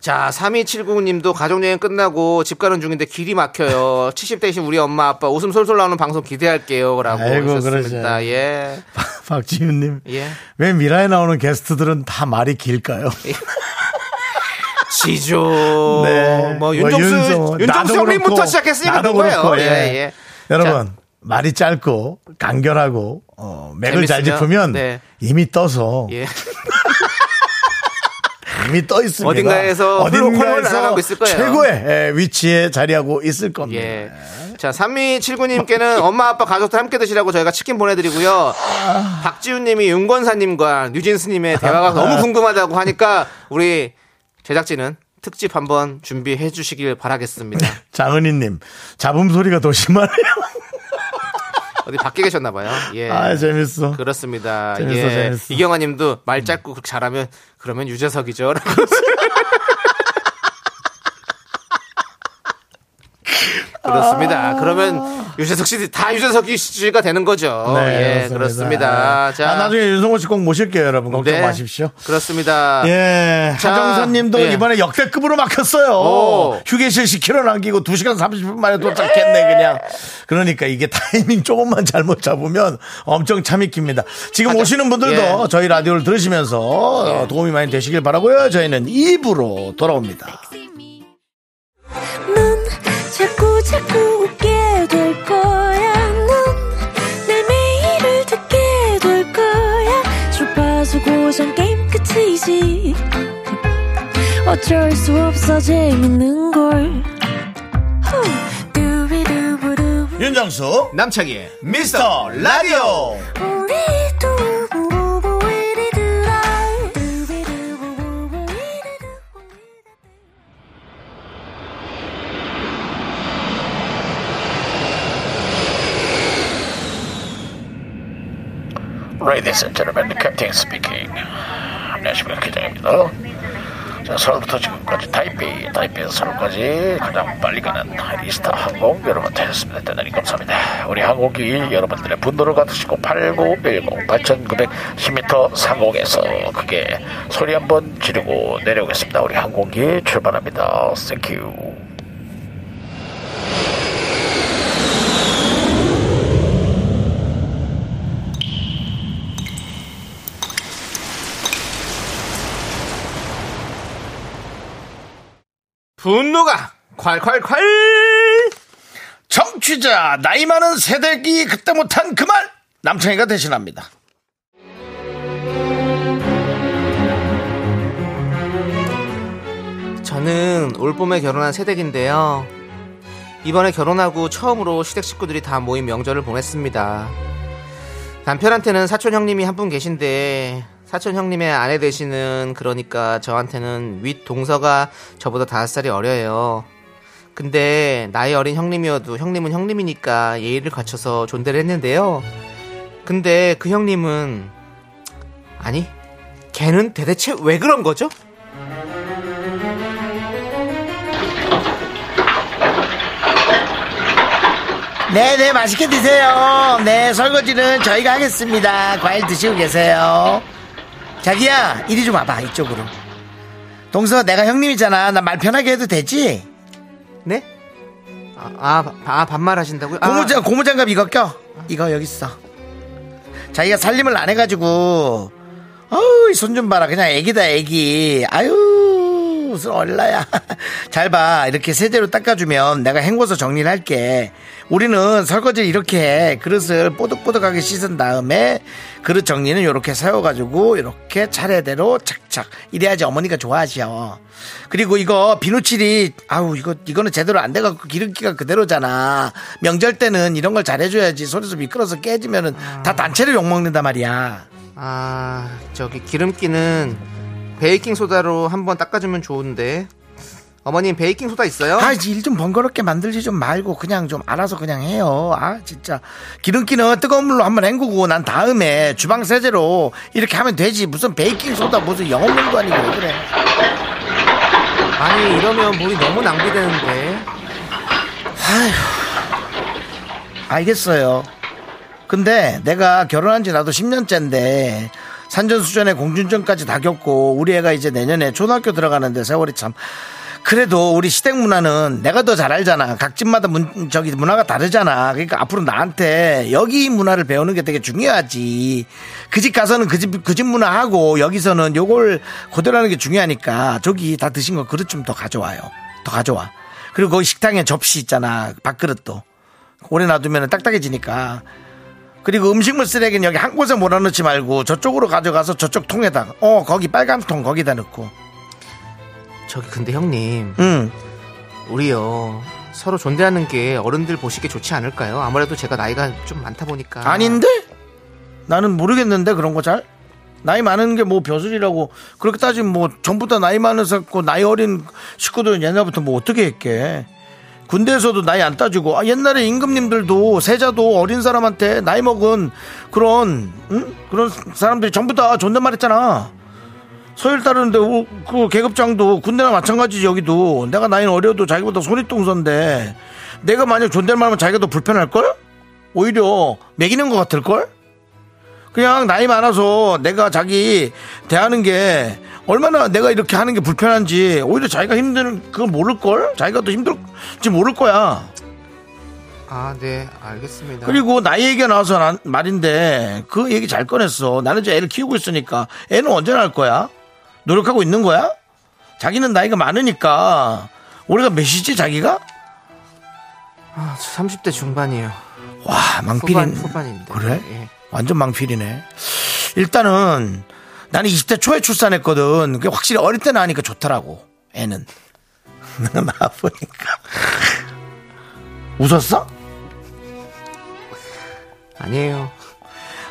B: 자, 3279님도 가족여행 끝나고 집 가는 중인데 길이 막혀요. 70대이신 우리 엄마 아빠 웃음 솔솔 나오는 방송 기대할게요. 라고
A: 아이고,
B: 하셨습니다.
A: 그러지.
B: 예.
A: 박지윤님.
B: 예.
A: 왜 미라에 나오는 게스트들은 다 말이 길까요?
B: 지조.
A: 네.
B: 뭐,
A: 윤성호.
B: 윤정수,
A: 나도
B: 윤정수 형님부터
A: 그렇고,
B: 시작했으니까
A: 나도
B: 그런 거예요.
A: 그렇고, 예.
B: 예, 예.
A: 여러분 말이 짧고 간결하고 어, 맥을 잘
B: 재밌으면,
A: 짚으면
B: 네.
A: 이미 떠서
B: 예.
A: 이미 떠 있습니다.
B: 어딘가에서 홀로 홀로 날아가고 있을 거예요.
A: 최고의 예, 위치에 자리하고 있을 겁니다.
B: 예. 자, 3279님께는 엄마, 아빠, 가족들 함께 드시라고 저희가 치킨 보내드리고요. 박지훈님이 윤건사님과 뉴진스님의 대화가 너무 궁금하다고 하니까 우리 제작진은 특집 한번 준비해 주시길 바라겠습니다.
A: 장은희님 잡음 소리가 더 심하네요.
B: 어디 밖에 계셨나봐요. 예.
A: 아 재밌어.
B: 그렇습니다.
A: 재밌어,
B: 예.
A: 재밌어. 음.
B: 이경아님도 말 짧고 그렇게 잘하면 그러면 유재석이죠. 라고.
A: 아.
B: 그렇습니다. 그러면 유재석 씨 다 유재석 씨가 되는 거죠. 예, 그렇습니다. 자,
A: 네, 아, 나중에 윤성호 씨 꼭 모실게요, 여러분. 걱정
B: 네,
A: 마십시오.
B: 그렇습니다.
A: 예.
B: 자,
A: 하정선 님도
B: 예.
A: 이번에 역대급으로 막혔어요.
B: 오.
A: 휴게실 10km 남기고 2시간 30분 만에
B: 예.
A: 도착했네, 그냥. 그러니까 이게 타이밍 조금만 잘못 잡으면 엄청 참익깁니다. 지금 오시는 분들도
B: 예.
A: 저희 라디오를 들으시면서 어, 도움이 많이 되시길 바라고요. 저희는 2부로 돌아옵니다.
D: 넌 자꾸 자꾸 웃게 될 거야. 넌내 매일을 듣게 될 거야. 주파수 고정 게임 끝이지. 어쩔 수 없어 재밌는 걸. 후. 두비두부두.
A: 윤정수,
B: 남창희의
A: 미스터 라디오.
D: 우리 두부부부 우리 두라. 두비두부부부 우리 두부부.
E: Ladies and gentlemen, Captain speaking. 안녕하십니까 기장입니다. 자, 서울부터 지금까지 타이페이, 타이페이에서 서울까지 가장 빨리 가는 이스타 항공 여러분 되셨습니다. 대단히 감사합니다. 우리 항공기 여러분들의 분노를 가득시고 8910 8910m 상공에서 크게 소리 한번 지르고 내려오겠습니다. 우리 항공기 출발합니다. 땡큐.
B: 분노가 콸콸콸!
A: 정취자, 나이 많은 세대기 그때 못한 그 말! 남창희가 대신합니다.
B: 저는 올봄에 결혼한 새댁인데요. 이번에 결혼하고 처음으로 시댁 식구들이 다 모인 명절을 보냈습니다. 남편한테는 사촌 형님이 한 분 계신데 사촌 형님의 아내 되시는 그러니까 저한테는 윗 동서가 저보다 다섯 살이 어려요. 근데 나이 어린 형님이어도 형님은 형님이니까 예의를 갖춰서 존대를 했는데요. 근데 그 형님은 아니 걔는 대대체 왜 그런 거죠?
A: 네, 네, 맛있게 드세요. 네, 설거지는 저희가 하겠습니다. 과일 드시고 계세요. 자기야, 이리 좀 와봐, 이쪽으로. 동서, 내가 형님이잖아. 나 말 편하게 해도 되지?
B: 네? 아, 아, 아, 반말하신다고요? 아,
A: 고무장, 고무장갑 이거 껴. 이거 여기 있어. 자기가 살림을 안 해가지고, 어우, 손 좀 봐라. 그냥 애기다, 애기. 아유, 무슨 얼라야. 잘 봐. 이렇게 세제로 닦아주면 내가 헹궈서 정리를 할게. 우리는 설거지를 이렇게 해. 그릇을 뽀득뽀득하게 씻은 다음에 그릇 정리는 이렇게 세워가지고 이렇게 차례대로 착착. 이래야지 어머니가 좋아하시오. 그리고 이거 비누칠이 아우 이거 이거는 제대로 안 돼갖고 기름기가 그대로잖아. 명절 때는 이런 걸 잘해줘야지. 손에서 미끄러서 깨지면은 다 단체를 욕 먹는단 말이야.
B: 아, 저기 기름기는 베이킹 소다로 한번 닦아주면 좋은데. 어머님 베이킹 소다 있어요?
A: 아, 이제 일 좀 번거롭게 만들지 좀 말고 그냥 좀 알아서 그냥 해요. 아, 진짜. 기름기는 뜨거운 물로 한번 헹구고 난 다음에 주방 세제로 이렇게 하면 되지. 무슨 베이킹 소다 무슨 영업 물도 아니고 왜 그래.
B: 아니 이러면 물이 너무 낭비되는데
A: 알겠어요. 근데 내가 결혼한 지 나도 10년째인데 산전수전에 공준전까지 다 겪고 우리 애가 이제 내년에 초등학교 들어가는데 세월이 참 그래도 우리 시댁 문화는 내가 더 잘 알잖아. 각 집마다 문, 저기 문화가 다르잖아. 그러니까 앞으로 나한테 여기 문화를 배우는 게 되게 중요하지. 그 집 가서는 그 집, 그 집 문화하고 여기서는 요걸 그대로 하는 게 중요하니까 저기 다 드신 거 그릇 좀 더 가져와요. 더 가져와. 그리고 거기 식당에 접시 있잖아. 밥그릇도. 오래 놔두면 딱딱해지니까. 그리고 음식물 쓰레기는 여기 한 곳에 몰아넣지 말고 저쪽으로 가져가서 저쪽 통에다가 어 거기 빨간 통 거기다 넣고 음.
B: 저기 근데 형님
A: 응
B: 우리요 서로 존대하는 게 어른들 보시기에 좋지 않을까요? 아무래도 제가 나이가 좀 많다 보니까
A: 아닌데 나는 모르겠는데 그런 거 잘 나이 많은 게 뭐 벼슬이라고 그렇게 따지면 뭐 전부 다 나이 많은 사고 나이 어린 식구들은 옛날부터 뭐 어떻게 했게 군대에서도 나이 안 따지고 아, 옛날에 임금님들도 세자도 어린 사람한테 나이 먹은 그런 응? 그런 사람들이 전부 다 존댓말했잖아. 서열 따르는데 우- 그 계급장도 군대나 마찬가지지 여기도 내가 나이는 어려도 자기보다 손윗동선데 내가 만약 존댓말하면 자기가 더 불편할걸? 오히려 매기는 것 같을걸? 그냥 나이 많아서 내가 자기 대하는 게 얼마나 내가 이렇게 하는 게 불편한지 오히려 자기가 힘든 그걸 모를걸? 자기가 더 힘들지 모를 거야
B: 아, 네 알겠습니다
A: 그리고 나이 얘기가 나와서 난- 말인데 그 얘기 잘 꺼냈어. 나는 이제 애를 키우고 있으니까 애는 언제 낳을 거야? 노력하고 있는 거야? 자기는 나이가 많으니까 올해가 몇이지 자기가?
B: 아, 30대 중반이에요
A: 와
B: 후반,
A: 아, 망필인
B: 후반인데
A: 그래?
B: 예.
A: 완전 망필이네. 일단은 나는 20대 초에 출산했거든. 그게 확실히 어릴 때 낳으니까 좋더라고. 애는 나보니까 웃었어?
B: 아니에요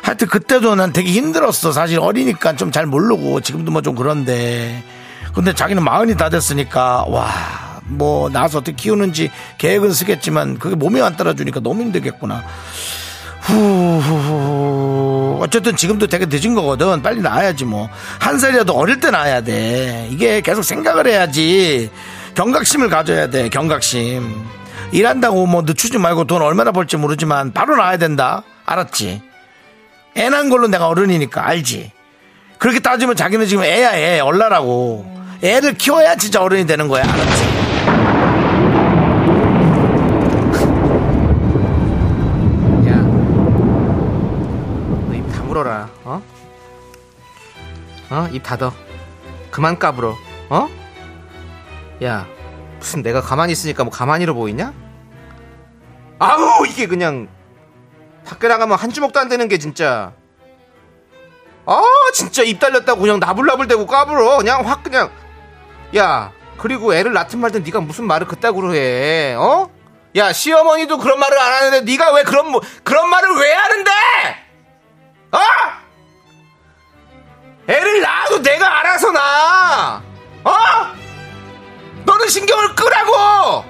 A: 하여튼 그때도 난 되게 힘들었어. 사실 어리니까 좀 잘 모르고 지금도 뭐 좀 그런데. 근데 자기는 마흔이 다 됐으니까 와. 뭐 나서 어떻게 키우는지 계획은 쓰겠지만 그게 몸이 안 따라주니까 너무 힘들겠구나. 후후후. 어쨌든 지금도 되게 늦은 거거든. 빨리 나아야지 뭐. 한 살이라도 어릴 때 나아야 돼. 이게 계속 생각을 해야지. 경각심을 가져야 돼. 경각심. 일한다고 뭐 늦추지 말고 돈 얼마나 벌지 모르지만 바로 나아야 된다. 알았지? 애 낳은 걸로 내가 어른이니까 알지. 그렇게 따지면 자기는 지금 애야 애 얼라라고.
B: 음.
A: 애를 키워야 진짜 어른이 되는 거야. 알았지?
B: 야너 입 다물어라 어? 어? 입 닫어 그만 까불어 어? 야 무슨 내가 가만히 있으니까 뭐 가만히로 보이냐? 아우 이게 그냥 밖에 나가면 한 주먹도 안 되는 게 진짜 아 진짜 입 달렸다고 그냥 나불나불대고 까불어 그냥 확 그냥 야 그리고 애를 낳든 말든 네가 무슨 말을 그따구로 해 어? 야 시어머니도 그런 말을 안 하는데 네가 왜 그런 뭐- 그런 말을 왜 하는데 어? 애를 낳아도 내가 알아서 낳아 어? 너는 신경을 끄라고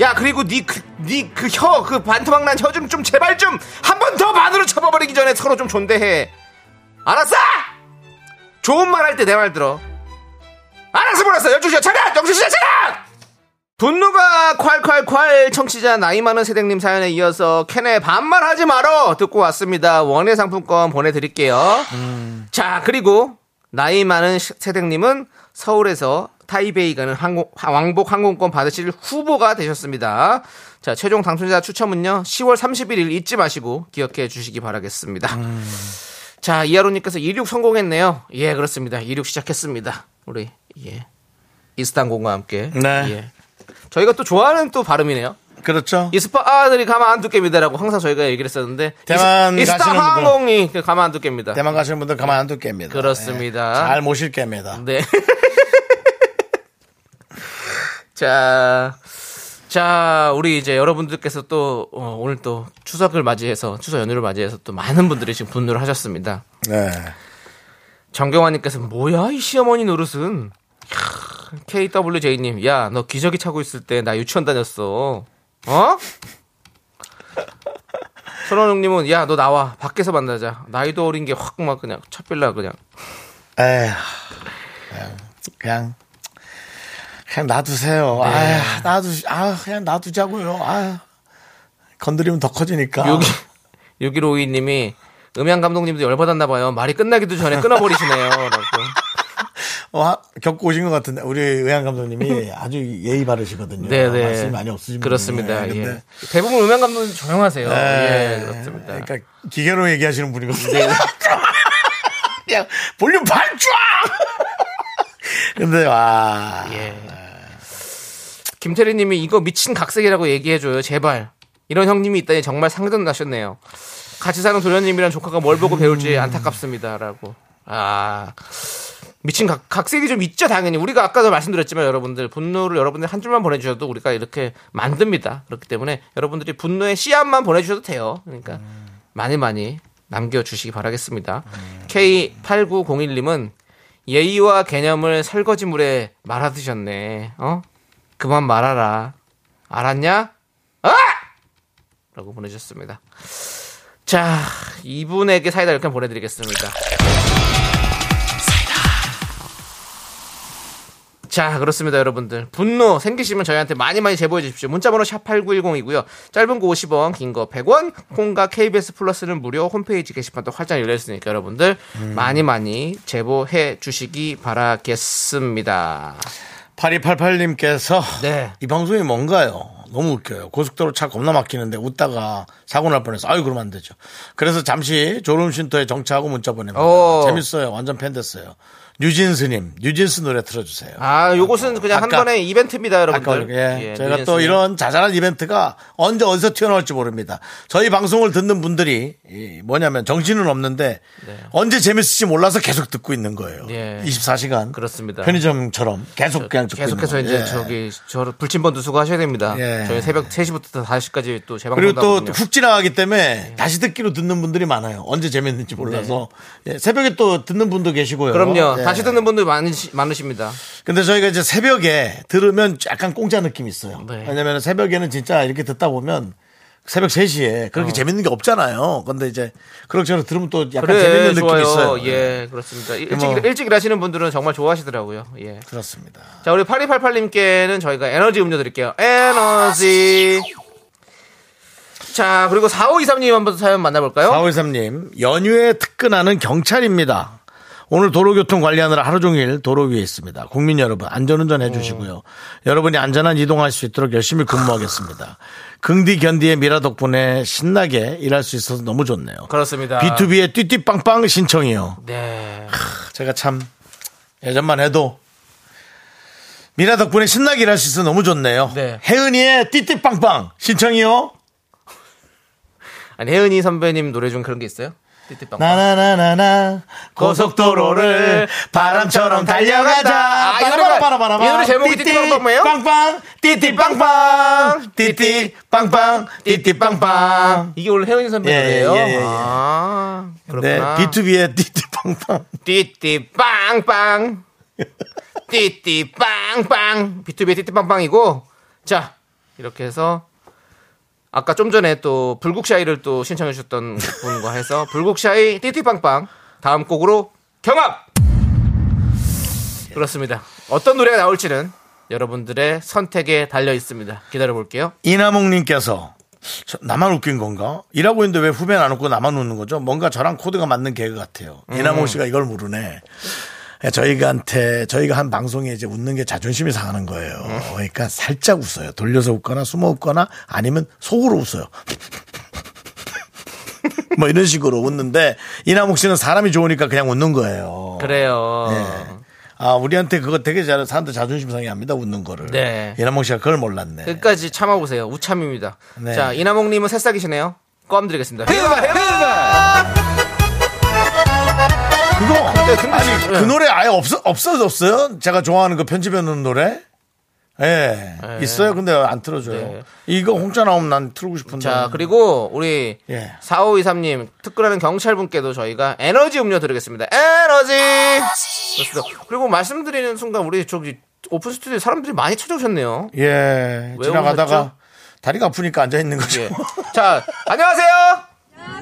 B: 야 그리고 네그네그혀그 반토막 난 혀 좀 좀 제발 좀 한 번 더 반으로 접어버리기 전에 서로 좀 존대해 알았어 좋은 말 할 때 내 말 들어 알았어 몰랐어 영주씨 차렷 영주씨 차렷 분노가 콸콸콸 청취자 나이 많은 세댁님 사연에 이어서 캔의 반말하지 마라 듣고 왔습니다. 원예 상품권 보내드릴게요. 자 그리고 나이 많은 시- 세댁님은 서울에서 타이베이 가는 항공, 하- 왕복 항공권 받으실 후보가 되셨습니다. 자 최종 당첨자 추첨은요 10월 31일 잊지 마시고 기억해 주시기 바라겠습니다.
A: 음.
B: 자 이하로님께서 26 성공했네요. 예 그렇습니다. 26 시작했습니다. 우리 예 이스탄공과 함께
A: 네.
B: 예. 저희가 또 좋아하는 또 발음이네요.
A: 그렇죠.
B: 이스파아들이 가만 안 두게입니다라고 항상 저희가 얘기를 했었는데
A: 대만 가시는
B: 이스타항공이 가만 안 두게입니다.
A: 대만 가시는 분들 가만 안 둘게입니다.
B: 그렇습니다.
A: 예, 잘 모실 게입니다.
B: 네. 자, 자 우리 이제 여러분들께서 또 어, 오늘 또 추석을 맞이해서 추석 연휴를 맞이해서 또 많은 분들이 지금 분노를 하셨습니다.
A: 네.
B: 정경환님께서 뭐야 이 시어머니 노릇은 KWJ님 야 너 기저귀 차고 있을 때 나 유치원 다녔어 어? 손원웅님은 야 너 나와 밖에서 만나자 나이도 어린 게 확
A: 네.
B: 막 그냥 차필라 그냥
A: 에휴, 그냥 그냥 놔두세요.
B: 네.
A: 아, 놔두, 아, 그냥 놔두자고요. 아, 건드리면 더 커지니까.
B: 6152님이 음향 감독님도 열받았나봐요. 말이 끝나기도 전에 끊어버리시네요. 라고.
A: 와, 어, 겪고 오신 것 같은데 우리 의향 감독님이 아주 예의 바르시거든요.
B: 네네.
A: 아, 말씀이 많이 없으신
B: 그렇습니다.
A: 분이에요. 근데
B: 예. 대부분 음향 감독님 조용하세요.
A: 네.
B: 예, 그렇습니다.
A: 그러니까 기계로 얘기하시는 분이거든요. 네. 그냥 볼륨 반쫙! 근데 와.
B: 예. 김태리 님이 이거 미친 각색이라고 얘기해줘요. 제발. 이런 형님이 있다니 정말 상전 나셨네요. 같이 사는 도련님이랑 조카가 뭘 보고 배울지 안타깝습니다. 라고. 아. 미친 각, 각색이 좀 있죠, 당연히. 우리가 아까도 말씀드렸지만 여러분들, 분노를 여러분들 한 줄만 보내주셔도 우리가 이렇게 만듭니다. 그렇기 때문에 여러분들이 분노의 씨앗만 보내주셔도 돼요. 그러니까 많이 많이 남겨주시기 바라겠습니다. K8901님은 예의와 개념을 설거지물에 말아드셨네. 어? 그만 말아라. 알았냐? 아! 라고 보내주셨습니다. 자, 이분에게 사이다 이렇게 보내드리겠습니다. 자, 그렇습니다, 여러분들. 분노 생기시면 저희한테 많이 많이 제보해 주십시오. 문자번호 샵8910이고요. 짧은 거 50원, 긴 거 100원, 콩과 KBS 플러스는 무료 홈페이지 게시판도 활짝 열려있으니까 여러분들 많이 많이 제보해 주시기 바라겠습니다.
A: 8288님께서
B: 네.
A: 이 방송이 뭔가요? 너무 웃겨요. 고속도로 차 겁나 막히는데 웃다가 사고 날 뻔해서 아유 그러면 안 되죠. 그래서 잠시 졸음쉼터에 정차하고 문자 보냅니다.
B: 오.
A: 재밌어요. 완전 팬 됐어요. 뉴진스님, 뉴진스 노래 틀어주세요.
B: 아, 요것은 그냥
A: 아까-
B: 한 번의 이벤트입니다, 여러분들.
A: 아까울, 예.
B: 예,
A: 저희가 또
B: 뉴진스는.
A: 이런 자잘한 이벤트가 언제 어디서 튀어나올지 모릅니다. 저희 방송을 듣는 분들이 이 뭐냐면 정신은 없는데 언제 재밌을지 몰라서 계속 듣고 있는 거예요.
B: 네. 예.
A: 24시간.
B: 그렇습니다.
A: 편의점처럼 계속 그냥 듣고
B: 계속해서
A: 있는
B: 이제
A: 거예요. 예.
B: 저기 저 불침번 두수고 하셔야 됩니다.
A: 예.
B: 저희 새벽 3시부터 5시까지 또 재방송
A: 그리고 또 훅 지나가기 때문에
B: 예.
A: 다시 듣기로 듣는 분들이 많아요. 언제 재밌는지 몰라서. 예, 새벽에 또 듣는 분도 계시고요.
B: 네. 그럼요.
A: 예.
B: 다시 듣는 분들 많으, 많으십니다.
A: 근데 저희가 이제 새벽에 들으면 약간 공짜 느낌이 있어요.
B: 네.
A: 왜냐면 새벽에는 진짜 이렇게 듣다 보면 새벽 3시에
B: 어.
A: 그렇게 재밌는 게 없잖아요. 근데 이제 그럭저럭 들으면 또 약간 재밌는 느낌이 있어요. 네,
B: 예, 그렇습니다. 일찍,
A: 뭐-
B: 일찍 일하시는 분들은 정말 좋아하시더라고요. 예.
A: 그렇습니다.
B: 자, 우리 8288님께는 저희가 에너지 음료 드릴게요. 에너지. 자, 그리고 4523님 한번 사연 만나볼까요?
A: 453님, 연휴에 특근하는 경찰입니다. 오늘 도로교통 관리하느라 하루 종일 도로 위에 있습니다. 국민 여러분, 안전운전
B: 음.
A: 해주시고요. 여러분이 안전한 이동할 수 있도록 열심히 근무하겠습니다. 긍디 견디의 미라 덕분에 신나게 일할 수 있어서 너무 좋네요.
B: 그렇습니다.
A: B2B의 띠띠빵빵 신청이요.
B: 네.
A: 제가 참 예전만 해도 미라 덕분에 신나게 일할 수 있어서 너무 좋네요.
B: 네.
A: 혜은이의 띠띠빵빵 신청이요.
B: 아니, 혜은이 선배님 노래 중 그런 게 있어요? 띠띠빵.
A: 나나나나나 고속도로를 바람처럼 달려가자.
B: 아, 이 노래가- 이 노래 제목이 띠띠빵빵이에요?
A: 빵빵 띠띠빵빵 띠띠빵빵 띠띠빵빵.
B: 이게 원래 혜은이 선배
A: 예,
B: 노래예요.
A: 예, 예, 예.
B: 아,
A: 네,
B: 그렇구나.
A: B2B의 띠띠빵빵.
B: 띠띠빵빵. 띠띠빵빵. 비투비의 띠띠빵빵이고. 자, 이렇게 해서. 아까 좀 전에 또 불국샤이를 또 신청해 주셨던 분과 해서 불국샤이 띠띠빵빵 다음 곡으로 경합 그렇습니다 어떤 노래가 나올지는 여러분들의 선택에 달려 있습니다 기다려 볼게요
A: 이나몽님께서 저, 나만 웃긴 건가? 일하고 있는데 왜 후배는 안 웃고 나만 웃는 거죠? 뭔가 저랑 코드가 맞는 개그 같아요.
B: 음.
A: 이나몽 씨가 이걸 모르네. 예, 저희가한테 저희가 한 방송에 이제 웃는 게 자존심이 상하는 거예요.
B: 음.
A: 그러니까 살짝 웃어요. 돌려서 웃거나 숨어 웃거나 아니면 속으로 웃어요. 뭐 이런 식으로 웃는데 이나몽 씨는 사람이 좋으니까 그냥 웃는 거예요.
B: 그래요
A: 예. 아 우리한테 그거 되게 잘 사람들 자존심 상해합니다 웃는 거를.
B: 네.
A: 이나몽 씨가 그걸 몰랐네.
B: 끝까지 참아보세요. 우참입니다.
A: 네.
B: 자, 이나몽님은 새싹이시네요. 껌 드리겠습니다.
A: 그거 아니 그 노래 아예 없어 없어졌어요? 제가 좋아하는 그 편집해놓은 노래. 예, 있어요. 근데 안 틀어줘요.
B: 네.
A: 이거 홍차 나오면 난 틀고 싶은데.
B: 자, 그리고 우리
A: 예.
B: 4523님, 특근하는 경찰분께도 저희가 에너지 음료 드리겠습니다. 에너지! 그렇습니다. 그리고 말씀드리는 순간 우리 저기 오픈 스튜디오 사람들이 많이 찾아오셨네요.
A: 예,
B: 왜
A: 지나가다가
B: 오셨죠?
A: 다리가 아프니까 앉아 있는 거죠.
B: 예. 자, 안녕하세요!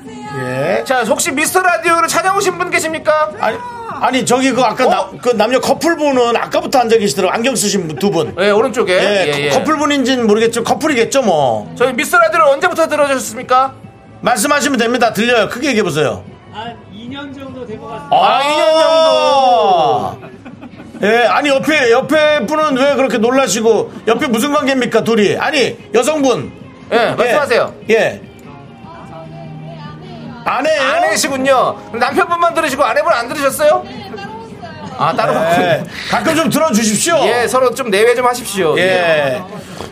A: 예.
B: 자, 혹시 미스터 라디오를 찾아오신 분 계십니까?
A: 아니, 아니 저기 그
B: 어?
A: 아까 나- 그 남녀 커플분은 아까부터 앉아 계시더라고 안경 쓰신 두 분.
B: 예, 오른쪽에.
A: 예,
B: 예, 예.
A: 커플분인지는 모르겠죠. 커플이겠죠 뭐.
B: 저희 미스터 라디오를 언제부터 들어주셨습니까?
A: 말씀하시면 됩니다. 들려요. 크게 얘기해 보세요.
B: 아,
A: 한 2년 정도 된것 같습니다. 아, 2년 정도. 예, 아니 옆에 옆에 분은 왜 그렇게 놀라시고 옆에 무슨 관계입니까 둘이? 아니 여성분.
B: 예, 말씀하세요.
A: 예. 예. 아내예요?
B: 아내시군요. 그럼 남편분만 들으시고 아내분 안 들으셨어요? 아, 따로
A: 예.
B: 봤군요.
A: 가끔 좀 들어주십시오.
B: 예, 서로 좀 내외 좀 하십시오.
A: 예.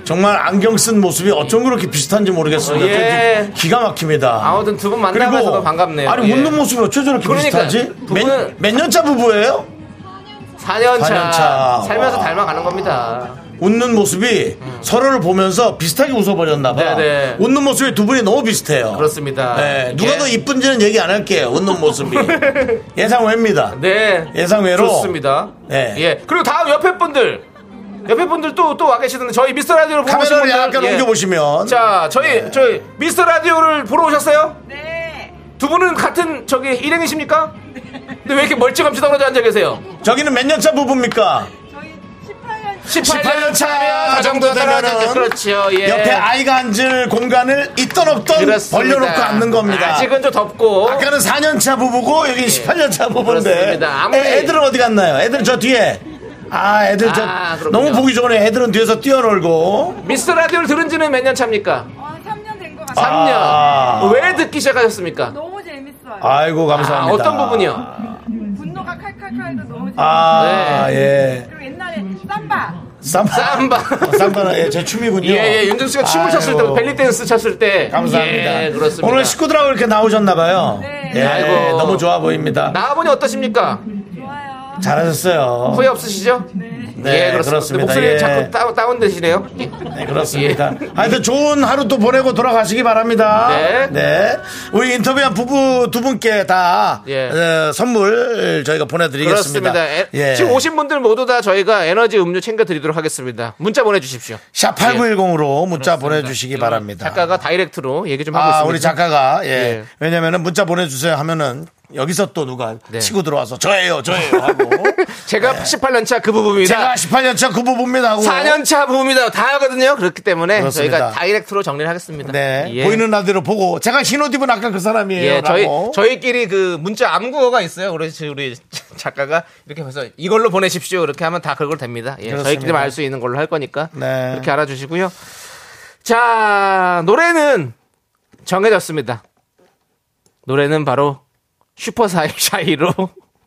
A: 정말 안경 쓴 모습이 어쩜 그렇게 비슷한지 모르겠습니다.
B: 예.
A: 좀 기가 막힙니다.
B: 아무튼 두 분 만나면서도 반갑네요.
A: 아니
B: 예.
A: 웃는 모습이 어쩜 저렇게
B: 그러니까요.
A: 비슷하지?
B: 부부는-
A: 몇, 몇 년차 부부예요?
B: 4년 차.
A: 4년 차.
B: 살면서
A: 와.
B: 닮아가는 겁니다.
A: 웃는 모습이 서로를 보면서 비슷하게 웃어버렸나 봐.
B: 네네.
A: 웃는 모습이 두 분이 너무 비슷해요.
B: 그렇습니다.
A: 예. 누가
B: 이게-
A: 더 이쁜지는 얘기 안 할게요. 웃는 모습이 예상 외입니다.
B: 네.
A: 예상외로.
B: 좋습니다.
A: 네.
B: 예. 그리고 다음 옆에 분들. 옆에 분들 또 또 와 계시는데 저희 미스터 라디오를 보고 오신
A: 카메라를
B: 분들.
A: 약간
B: 예.
A: 옮겨보시면
B: 자, 저희
A: 네.
B: 저희 미스터 라디오를 보러 오셨어요? 네. 두 분은 같은 저기 일행이십니까? 근데 왜 이렇게 멀찌감치 떨어져 앉아 계세요?
A: 저기는 몇 년차 부부입니까? 18년 차
B: 저 정도 되면은 그렇죠. 예.
A: 옆에 아이가 앉을 공간을 있던 없던
B: 그렇습니다.
A: 벌려놓고 앉는 겁니다.
B: 아직은 좀 덥고.
A: 아까는 4년차 부부고 여기 18년차 부부인데
B: 그렇습니다. 아무리-
A: 애, 들은 어디 갔나요? 애들 저 뒤에 아 애들 저
B: 아, 그렇군요.
A: 너무 보기 좋으네 애들은 뒤에서 뛰어놀고
B: 미스터 라디오를 들은 지는 몇 년 차입니까?
F: 3년 된 것 같아요.
B: 3년.
A: 아.
B: 왜 듣기 시작하셨습니까?
F: 너무 재밌어요.
A: 아이고
B: 아,
A: 감사합니다
B: 어떤 부분이요?
F: 분노가 칼칼칼해서 너무 재밌어요.
A: 아.
B: 네.
A: 아예
F: 그리고 옛날에 쌈바.
A: 쌈바
B: 쌈바.
A: 쌈바는 예, 제 춤이군요
B: 예, 예, 윤정 씨가 춤을 췄을 때,
A: 아이고,
B: 벨리 댄스 췄을 때.
A: 감사합니다
B: 예, 그렇습니다.
A: 오늘 식구들하고 이렇게 나오셨나봐요
F: 네.
A: 예,
B: 아이고.
A: 너무 좋아 보입니다
B: 나와보니 어떠십니까?
F: 좋아요.
A: 잘하셨어요
B: 후회 없으시죠?
A: 네,
B: 예, 그렇습니다.
A: 그렇습니다.
B: 목소리
A: 예.
B: 자꾸 다운, 다운되시네요.
A: 네, 그렇습니다. 하여튼 좋은 하루 또 보내고 돌아가시기 바랍니다.
B: 예. 네.
A: 우리 인터뷰한 부부 두 분께 다
B: 예.
A: 어, 선물 저희가 보내드리겠습니다. 예.
B: 그렇습니다. 에- 지금 오신 분들 모두 다 저희가 에너지 음료 챙겨드리도록 하겠습니다. 문자 보내주십시오.
A: 샵8910으로 문자 보내주시기
B: 지금
A: 바랍니다.
B: 예, 작가가 다이렉트로 얘기 좀 하고
A: 아,
B: 있습니다.
A: 우리 작가가, 예.
B: 예.
A: 왜냐면은 문자 보내주세요 하면은 여기서 또 누가
B: 네.
A: 치고 들어와서 저예요, 저예요 하고.
B: 제가 88년차 그
A: 예. 제가
B: 부부입니다.
A: 18년차 그 부부입니다 하고.
B: 4년차 부부입니다. 다 하거든요. 그렇기 때문에
A: 그렇습니다.
B: 저희가 다이렉트로 정리를 하겠습니다.
A: 네.
B: 예.
A: 보이는 라디오로 보고 제가 흰옷 입은 아까 그 사람이에요.
B: 예, 저희
A: 라고.
B: 저희끼리 그 문자 암구어가 있어요. 그래서 우리 작가가 이렇게 해서 이걸로 보내십시오. 이렇게 하면 다 그걸 됩니다. 예,
A: 그렇습니다.
B: 저희끼리만 알 수 있는 걸로 할 거니까
A: 네.
B: 그렇게 알아주시고요. 자, 노래는 정해졌습니다. 노래는 바로 슈퍼 사이- 샤이로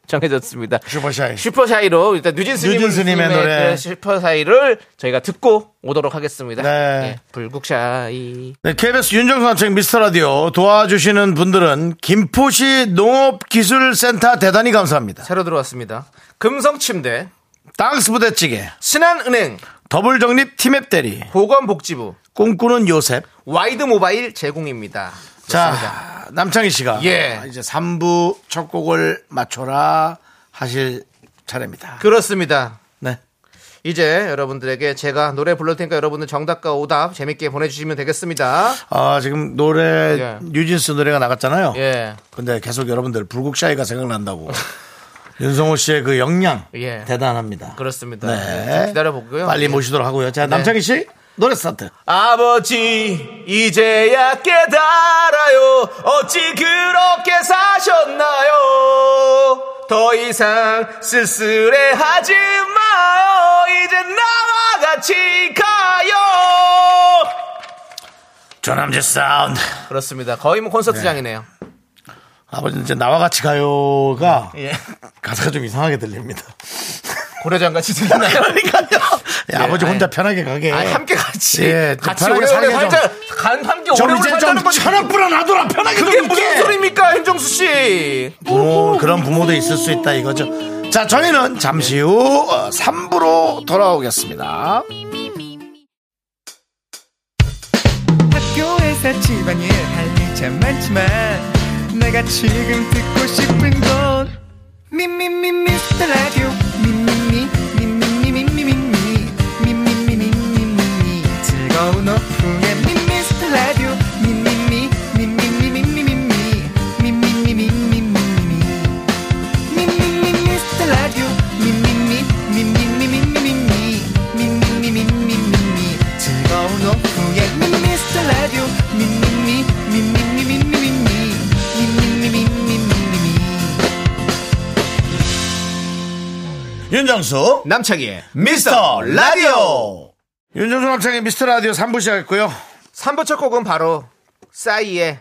B: 정해졌습니다.
A: 슈퍼샤이.
B: 슈퍼 사이로 일단 뉴진스님의,
A: 뉴진스님의 노래.
B: 그 슈퍼 사이를 저희가 듣고 오도록 하겠습니다.
A: 네.
B: 예, 불국 샤이.
A: 네, KBS 윤정수 남창 미스터 라디오 도와주시는 분들은 김포시 농업기술센터 대단히 감사합니다.
B: 새로 들어왔습니다. 금성 침대,
A: 땅스 부대찌개,
B: 신한은행,
A: 더블정립 티맵 대리,
B: 보건복지부
A: 꿈꾸는 요셉.
B: 와이드 모바일 제공입니다.
A: 자, 남창희 씨가
B: 예.
A: 이제 3부 첫 곡을 맞춰라 하실 차례입니다.
B: 그렇습니다.
A: 네.
B: 이제 여러분들에게 제가 노래 불러테니까 여러분들 정답과 오답 재밌게 보내주시면 되겠습니다.
A: 아, 지금 노래
B: 예.
A: 뉴진스 노래가 나갔잖아요.
B: 예.
A: 근데 계속 여러분들 불국샤이가 생각난다고. 윤성호 씨의 그 역량
B: 예.
A: 대단합니다.
B: 그렇습니다. 예,
A: 네.
B: 좀 기다려보고요.
A: 빨리
B: 예.
A: 모시도록 하고요. 자, 남창희 씨 노래 스타트.
B: 아버지 이제야 깨달아요 어찌 그렇게 사셨나요 더 이상 쓸쓸해하지 마요 이제 나와 같이 가요
A: 조남지 사운드.
B: 그렇습니다 거의 뭐 콘서트장이네요
A: 아버지는 이제 나와 같이 가요가
B: 예.
A: 가사가 좀 이상하게 들립니다.
B: 고려장 같이 들리나요?
A: 그러니까요. 예, 아버지
B: 아니,
A: 혼자 편하게 가게.
B: 아니, 함께 같이
A: 예, 좀
B: 같이
A: 편하게
B: 오래오래
A: 살게 좀.
B: 살자 간 함께
A: 좀
B: 어, 오래오래
A: 이제
B: 살자는
A: 좀
B: 거지
A: 천억불어 놔둬라 편하게
B: 그게
A: 좀 있게.
B: 무슨 소리입니까 윤정수 씨
A: 부모, 그런 부모도 있을 수 있다 이거죠. 자 저희는 잠시 후 어, 3부로 돌아오겠습니다.
G: 학교에서 집안일 할 일 참 많지만 내가 지금 듣고 싶은 건 미미미 미스터 라디오 미미미 미미미 미미미 미미미 미미미 즐거운 오후에 미스터 라디오 미미미 미미미 미미미 미미미 미미미 미미미 미미미
H: 윤정수
B: 남창희의
H: 미스터 라디오
A: 윤정수 남창의 미스터 라디오 3부 시작했고요.
B: 3부 첫 곡은 바로 싸이의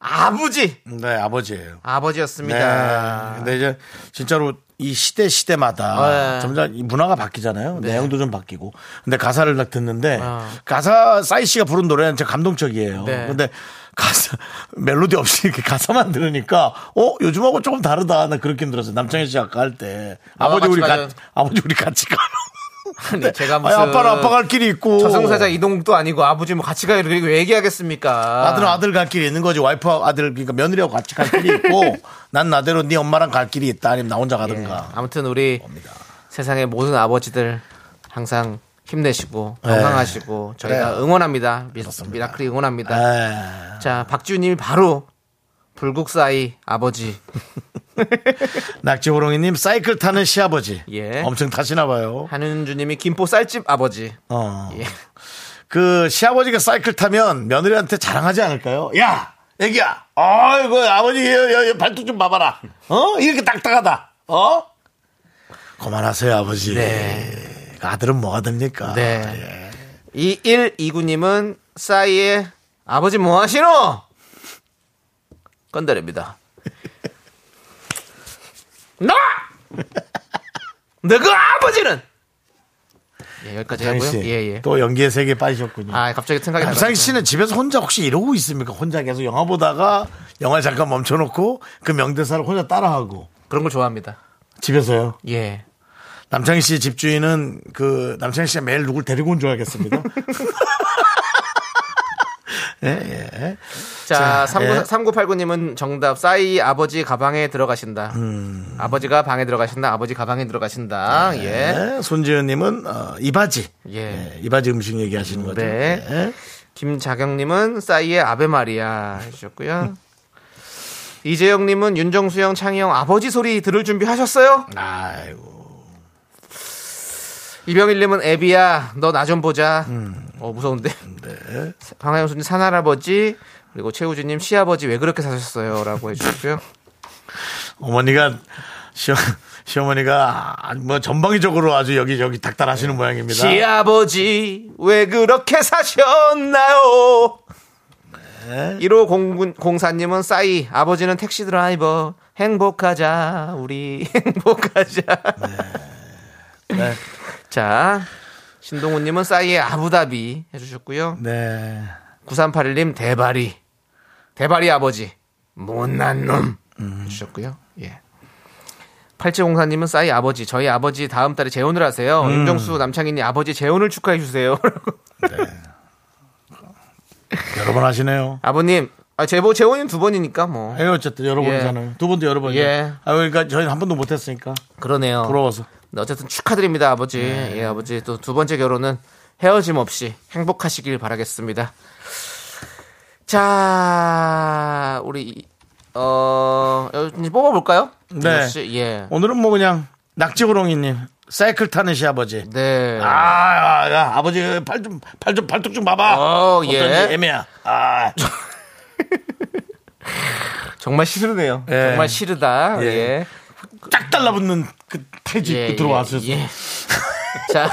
B: 아버지
A: 네, 아버지예요.
B: 아버지였습니다.
A: 네. 근데 이제 진짜로 이 시대 시대마다
B: 네.
A: 점점 이 문화가 바뀌잖아요. 내용도 좀 바뀌고. 근데 가사를 딱 듣는데
B: 아.
A: 가사 싸이 씨가 부른 노래는 진짜 감동적이에요.
B: 네.
A: 근데 가사 멜로디 없이 이렇게 가사만 들으니까 어 요즘하고 조금 다르다 나 그렇게 힘들었어요. 남창희 씨 아까 할 때
B: 아,
A: 아버지
B: 같이
A: 우리
B: 가요.
A: 가, 아버지 우리 같이 가요.
B: 아니, 제가
A: 아니,
B: 무슨
A: 아빠랑 아빠 갈 길이 있고
B: 저승사자 이동욱도 아니고 아버지 뭐 같이 가요 그리고 왜 얘기하겠습니까?
A: 아들은 아들 갈 길이 있는 거지 와이프와 아들 그러니까 며느리하고 같이 갈 길이 있고 난 나대로 네 엄마랑 갈 길이 있다 아니면 나 혼자
B: 예,
A: 가든가
B: 아무튼 우리 세상의 모든 아버지들 항상 힘내시고
A: 예.
B: 건강하시고 저희가
A: 그래요.
B: 응원합니다. 미, 미라클이
A: 예.
B: 응원합니다.
A: 에,
B: 자, 박지우님이 바로 불국사이 아버지.
A: 낙지호롱이님 사이클 타는 시아버지
B: 예.
A: 엄청 타시나 봐요
B: 한은주님이 김포 쌀집 아버지.
A: 어.
B: 예.
A: 그 시아버지가 사이클 타면 며느리한테 자랑하지 않을까요 야 애기야 아이고 아버지 여, 여, 여, 발톱 좀 봐봐라 어 이렇게 딱딱하다 어 그만하세요 아버지 그 아들은 뭐가 됩니까 예.
B: 네. 2129님은 싸이의 아버지 뭐 하시노? 건드립니다. 나! 너그 아버지는! 예, 여기까지
A: 남창희
B: 하고요.
A: 씨,
B: 예, 예.
A: 또 연기의 세계에 빠지셨군요
B: 아, 갑자기 생각이
A: 남상희
B: 나네요.
A: 씨는 집에서 혼자 혹시 이러고 있습니까? 혼자 계속 영화 보다가 영화 를 잠깐 멈춰놓고 그 명대사를 혼자 따라하고
B: 그런 걸 좋아합니다.
A: 집에서요.
B: 예.
A: 남창희 씨 집주인은 그 남창희 씨가 매일 누굴 데리고 온 줄 알겠습니다. 예, 예.
B: 자,
A: 자,
B: 39,
A: 예.
B: 3989님은 정답. 싸이 아버지 가방에 들어가신다.
A: 음.
B: 아버지가 방에 들어가신다. 아버지 가방에 들어가신다. 예.
A: 예. 손지은님은 어, 이바지.
B: 예.
A: 예, 이바지 음식 얘기하시는 거죠.
B: 네.
A: 예.
B: 김자경님은 싸이의 아베 마리아 해주셨고요. 이재영님은 윤정수 형, 창희 형 아버지 소리 들을 준비 하셨어요?
A: 아이고.
B: 이병일님은 애비야, 너 나 좀 보자. 어 무서운데. 방하영수님 산할아버지 그리고 최우주님 시아버지 왜 그렇게 사셨어요?라고 해주셨고요.
A: 어머니가 시어, 시어머니가 아, 뭐 전방위적으로 아주 여기저기
B: 네.
A: 닥달하시는 모양입니다.
B: 시아버지 왜 그렇게 사셨나요? 1504님은 싸이 아버지는 택시 드라이버 행복하자 우리 행복하자
A: 네.
B: 자 신동훈님은 싸이의 아부다비 해주셨고요
A: 네.
B: 9381님 대바리 대바리 아버지 못난 놈
A: 음.
B: 해주셨고요 예. 8704님은 싸이 아버지 저희 아버지 다음 달에 재혼을 하세요 윤정수 남창희님 아버지 재혼을 축하해 주세요
A: 네. 여러 번 하시네요.
B: 아버님 아, 제보 재혼은 두 번이니까 뭐
A: 아니 어쨌든 여러 번이잖아요. 두 번도 여러 번이요.
B: 예. 어.
A: 아 그러니까 저희는 한 번도 못했으니까
B: 그러네요
A: 부러워서. 네.
B: 네, 어쨌든 축하드립니다, 아버지. 예, 아버지 또 두 번째 결혼은 헤어짐 없이 행복하시길 바라겠습니다. 자, 우리 이- 어 이제 뽑아볼까요?
A: 네.
B: 씨, 예.
A: 오늘은 뭐 그냥 낙지고롱이님 사이클 타는 시아버지.
B: 네.
A: 아, 아, 아, 아버지 팔 좀 팔 좀 발톱 좀 봐봐.
B: 어, 예.
A: 어떤지 애매야. 아,
B: 정말 싫으네요.
A: 예.
B: 정말 싫으다.
A: 예.
B: 예.
A: 딱 달라붙는 그 타이즈 입고 들어왔어요.
B: 예. 자,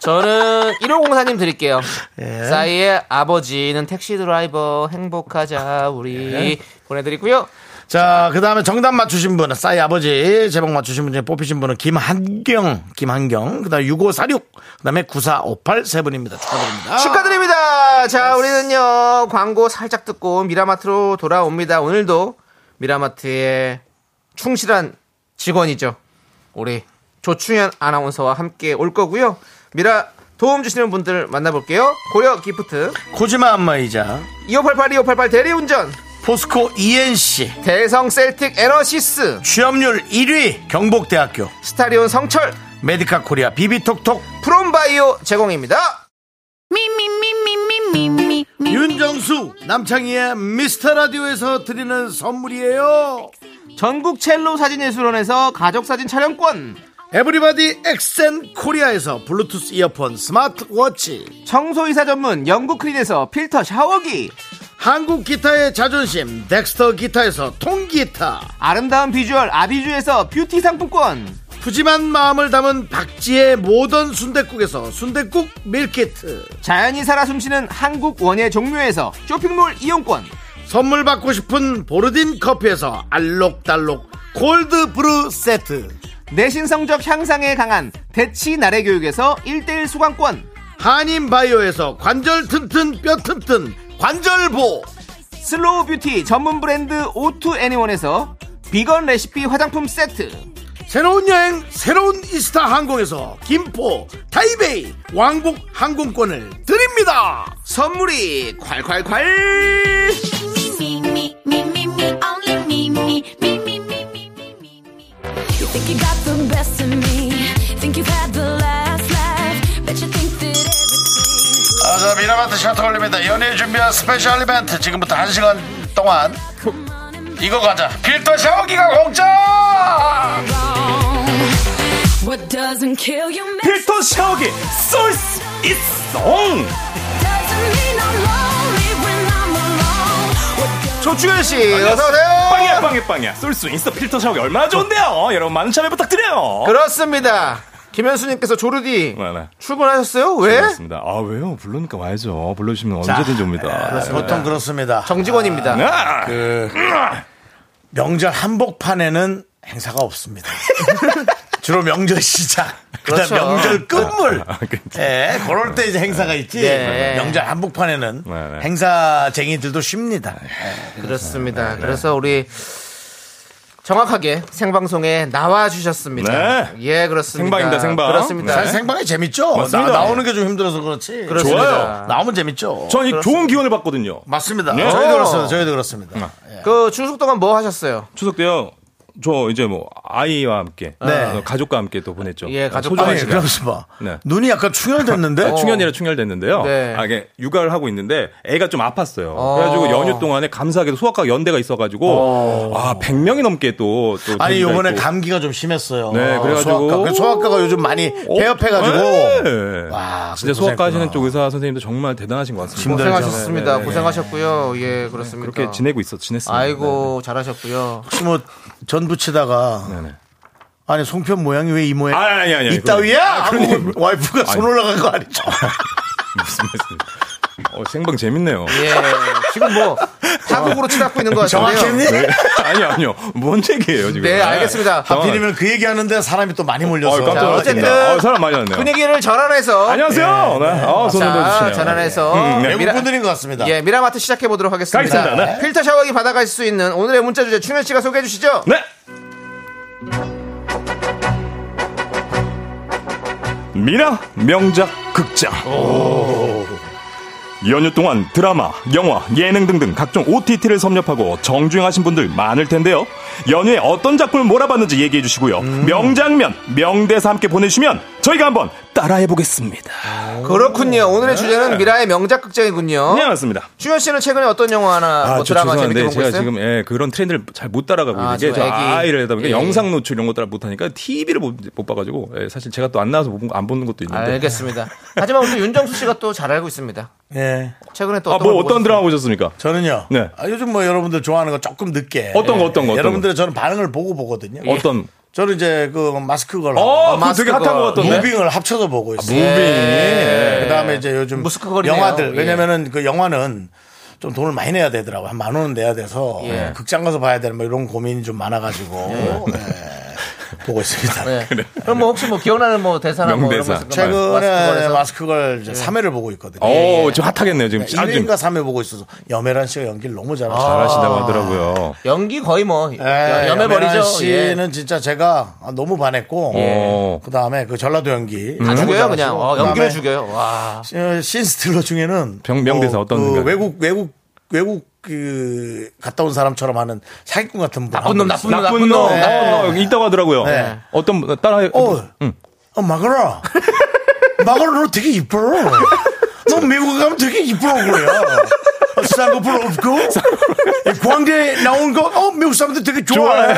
B: 저는 1504님 드릴게요.
A: 예.
B: 싸이의 아버지는 택시 드라이버 행복하자 우리
A: 예.
B: 보내드리고요.
A: 자, 그 다음에 정답 맞추신 분은 싸이 아버지, 제목 맞추신 분 중에 뽑히신 분은 김한경, 김한경, 그 다음에 6546, 그 다음에 9458 세 분입니다. 축하드립니다.
B: 아, 축하드립니다. 자, 우리는요, 광고 살짝 듣고 미라마트로 돌아옵니다. 오늘도 미라마트의 충실한 직원이죠. 우리 조충현 아나운서와 함께 올 거고요. 미라 도움 주시는 분들 만나볼게요. 고려 기프트,
A: 코지마 안마이자
B: 2588, 2588 대리운전,
A: 포스코 ENC,
B: 대성 셀틱 에너시스,
A: 취업률 1위 경복대학교
B: 스타리온 성철,
A: 메디카 코리아 비비톡톡
B: 프롬바이오 제공입니다.
A: 윤정수 남창희의 미스터 라디오에서 드리는 선물이에요
B: 전국 첼로 사진예술원에서 가족사진 촬영권,
A: 에브리바디 엑센 코리아에서 블루투스 이어폰 스마트워치
B: 청소이사 전문 영국 크린에서 필터 샤워기,
A: 한국 기타의 자존심 덱스터 기타에서 통기타
B: 아름다운 비주얼 아비주에서 뷰티 상품권
A: 푸짐한 마음을 담은 박지의 모던 순댓국에서 순댓국 밀키트
B: 자연이 살아 숨쉬는 한국 원예 종묘에서 쇼핑몰 이용권
A: 선물 받고 싶은 보르딘 커피에서 알록달록 골드 브루 세트
B: 내신 성적 향상에 강한 대치 나래 교육에서 1대1 수강권
A: 한인 바이오에서 관절 튼튼 뼈 튼튼 관절보
B: 슬로우 뷰티 전문 브랜드 오투 애니원에서 비건 레시피 화장품 세트
A: 새로운 여행 새로운 이스타 항공에서 김포 타이베이 왕복 항공권을 드립니다
B: 선물이 콸콸콸
D: me, me, me, me, me, only me, me, me, me, me, me, me, me, me. You think you got the best of me? Think you've had the last laugh? Bet you think that everything.
H: 아, 저 미라마트 셔터 올립니다. 연예 준비한 스페셜 이벤트 지금부터 1시간 동안 이거 가자. 필터 샤워기가 공짜!
D: What doesn't kill you makes
I: 필터 샤워기 쏠 수 있어
D: doesn't mean I'm lonely when I'm alone. What does
J: 조충현 씨, 어서오세요.
I: 빵이야 빵이야 빵이야 쏠 수 있어 필터 샤워기 얼마나 좋은데요 여러분 많은 참여 부탁드려요
J: 그렇습니다. 김현수님께서 조르디
I: 네네.
J: 출근하셨어요? 왜?
I: 그렇습니다 아 왜요 부르니까 와야죠 불러주시면 언제든지 옵니다
A: 보통 그렇습니다
J: 정직원입니다.
I: 아,
A: 명절 한복판에는 행사가 없습니다. 주로 명절 시작, 그다음
J: 그렇죠.
A: 명절 끝물.
I: 그렇죠.
A: 예, 그럴 때 이제 행사가 있지.
J: 네.
A: 명절 한복판에는
I: 네, 네.
A: 행사쟁이들도 쉽니다.
J: 그렇습니다.
I: 네.
J: 그래서 우리 정확하게 생방송에 나와 주셨습니다.
I: 네.
J: 예, 그렇습니다.
I: 생방입니다, 생방.
J: 그렇습니다.
A: 사실 생방이 재밌죠.
I: 네? 맞습니다.
A: 나, 오는게 좀 힘들어서 그렇지.
J: 그렇습니다.
I: 좋아요.
A: 나오면 재밌죠.
I: 전이 좋은 기운을 받거든요
A: 맞습니다.
I: 네. 음.
A: 저희도 그렇습니다. 저희도 그렇습니다.
J: 그 추석 동안 뭐 하셨어요?
I: 추석 때요 저 이제 뭐 아이와 함께 어,
A: 네.
I: 가족과 함께 또 보냈죠 어,
J: 예, 가족과
I: 소중한
A: 아니,
I: 시간.
A: 그러면서 봐.
I: 네.
A: 눈이 약간 충혈됐는데. 어.
I: 충현이라 충혈됐는데요.
J: 네.
I: 아, 이게 육아를 하고 있는데 애가 좀 아팠어요. 그래가지고 연휴 동안에 감사하게도 소아과 연대가 있어가지고 아 100명이 넘게 또, 또
A: 아니,
I: 데뷔가
A: 요번에
I: 있고.
A: 감기가 좀 심했어요.
I: 네, 그래가지고. 어?
A: 소아과. 그 소아과가 요즘 많이 폐업해가지고.
I: 네.
A: 와,
I: 진짜 소아과 하시는 쪽 의사 선생님도 정말 대단하신 것 같습니다.
A: 힘들죠.
J: 고생하셨습니다.
I: 네, 네, 네.
J: 고생하셨고요. 예, 그렇습니다.
I: 그렇게 지내고 있어 지냈습니다.
J: 아이고, 잘하셨고요.
A: 혹시 뭐, 전 붙이다가.
I: 네, 네.
A: 아니, 송편 모양이 왜 이 모양?
I: 아니, 아니, 아니, 아니.
A: 이따위야?
I: 그런
A: 하고
I: 얘기-
A: 와이프가 손
I: 아니.
A: 올라간 거 아니죠?
I: 무슨 말씀? 어, 생방 재밌네요.
J: 예, 지금 뭐 타국으로 치닫고 있는 것
I: 네.
J: 같은데요.
A: 정확했니?
I: 아니요, 아니요. 뭔 얘기예요 지금?
J: 네, 알겠습니다.
I: 정확-
A: 하필이면 그 얘기하는데 사람이 또 많이
I: 어,
A: 몰려서.
I: 깜짝
J: 어쨌든
I: 놀랐습니다. 어, 사람 많이 왔네요.
J: 분위기를 그 전환해서
I: 안녕하세요. 네. 아, 손
J: 어? 자,
I: 흔들어주시네요.
J: 전환해서
I: 음, 네.
J: 미라-
A: 외국분들인 것 같습니다.
J: 예, 미라마트 시작해 보도록 하겠습니다.
I: 가겠습니다. 네.
J: 필터 샤워기 받아갈 수 있는 오늘의 문자 주제 충현 씨가 소개해 주시죠.
I: 네. 미라 명작 극장. 연휴 동안 드라마, 영화, 예능 등등 각종 OTT를 섭렵하고 정주행하신 분들 많을 텐데요. 연휴에 어떤 작품을 몰아봤는지 얘기해 주시고요.
J: 음.
I: 명장면, 명대사 함께 보내주시면 저희가 한번 따라해 보겠습니다.
J: 그렇군요. 오늘의 주제는 미라의 명작 극장이군요.
I: 네, 맞습니다.
J: 충현 씨는 최근에 어떤 영화나 뭐
I: 아, 저
J: 드라마 재밌게 보고
I: 제가
J: 있어요?
I: 지금 예, 그런 트렌드를 잘 못 따라가고
J: 아,
I: 있는 게
J: 지금
I: 저
J: 애기.
I: 아이를 하다 보니까
J: 예.
I: 영상 노출 이런 거 따라 못 하니까 TV를 못, 못 봐가지고 예, 사실 제가 또 안 나와서 못- 안 보는 것도 있는데
J: 알겠습니다. 하지만 우리 윤정수 씨가 또 잘 알고 있습니다.
A: 예.
J: 최근에 또
I: 아,
J: 어떤
I: 뭐
J: 걸
I: 어떤
J: 보셨어요?
I: 드라마 보셨습니까?
A: 저는요.
I: 네.
A: 아, 요즘 뭐 여러분들 좋아하는 거 조금 늦게.
I: 어떤 거, 어떤 거, 어떤 거?
A: 여러분들의 저는 반응을 보고 보거든요.
I: 어떤
A: 저는 이제 그 예. 마스크 걸.
I: 어, 그거
J: 마스크
I: 되게 핫한
J: 거.
I: 것 같던데.
A: 무빙을 합쳐서 보고 있어요. 예.
I: 무빙.
A: 그다음에 이제 요즘
J: 무스크거리네요.
A: 영화들
J: 예.
A: 왜냐면은 그 영화는 좀 돈을 많이 내야 되더라고 한 만 원은 내야 돼서
J: 예.
A: 극장 가서 봐야 되는 뭐 이런 고민이 좀 많아가지고 예, 보고 있습니다.
J: 네. 그럼 뭐 혹시 뭐 기억나는 뭐 대사나
I: 명대사.
J: 뭐 이런 거
A: 최근에
J: 있을까요? 마스크걸에서.
A: 마스크걸 이제 3회를 보고 있거든요. 예.
I: 어, 지금 핫하겠네요, 지금. 아, 지금
A: 1회인가 3회 보고 있어서 여메란 씨가 연기를 너무 잘하시더라고요.
I: 잘하신다고 하더라고요.
J: 연기 거의 뭐
A: 예,
J: 염해 버리죠. 예.
A: 여메란 씨는 진짜 제가 너무 반했고
I: 어.
A: 그 다음에 그 전라도 연기
J: 다
A: 너무
J: 죽여요
A: 잘하시고
J: 그냥 어, 연기를
A: 그다음에
J: 죽여요. 와.
A: 어, 신스틸러 중에는
I: 병- 명대사
A: 어,
I: 어떤
A: 그
I: 생각?
A: 외국 외국 외국 그 갔다 온 사람처럼 하는 사기꾼 같은 분
J: 나쁜 놈, 나쁜 놈,
I: 나쁜 놈,
J: 네.
I: 어, 여기 있다고 하더라고요.
A: 네.
I: 어떤 분, 따라 해.
A: 어, 어 마그라 마그라 너 되게 이뻐 너 미국 가면 되게 이뻐 그래요 어, 쌍꺼풀 없고 이 광대 나온 거어 미국 사람들 되게 좋아해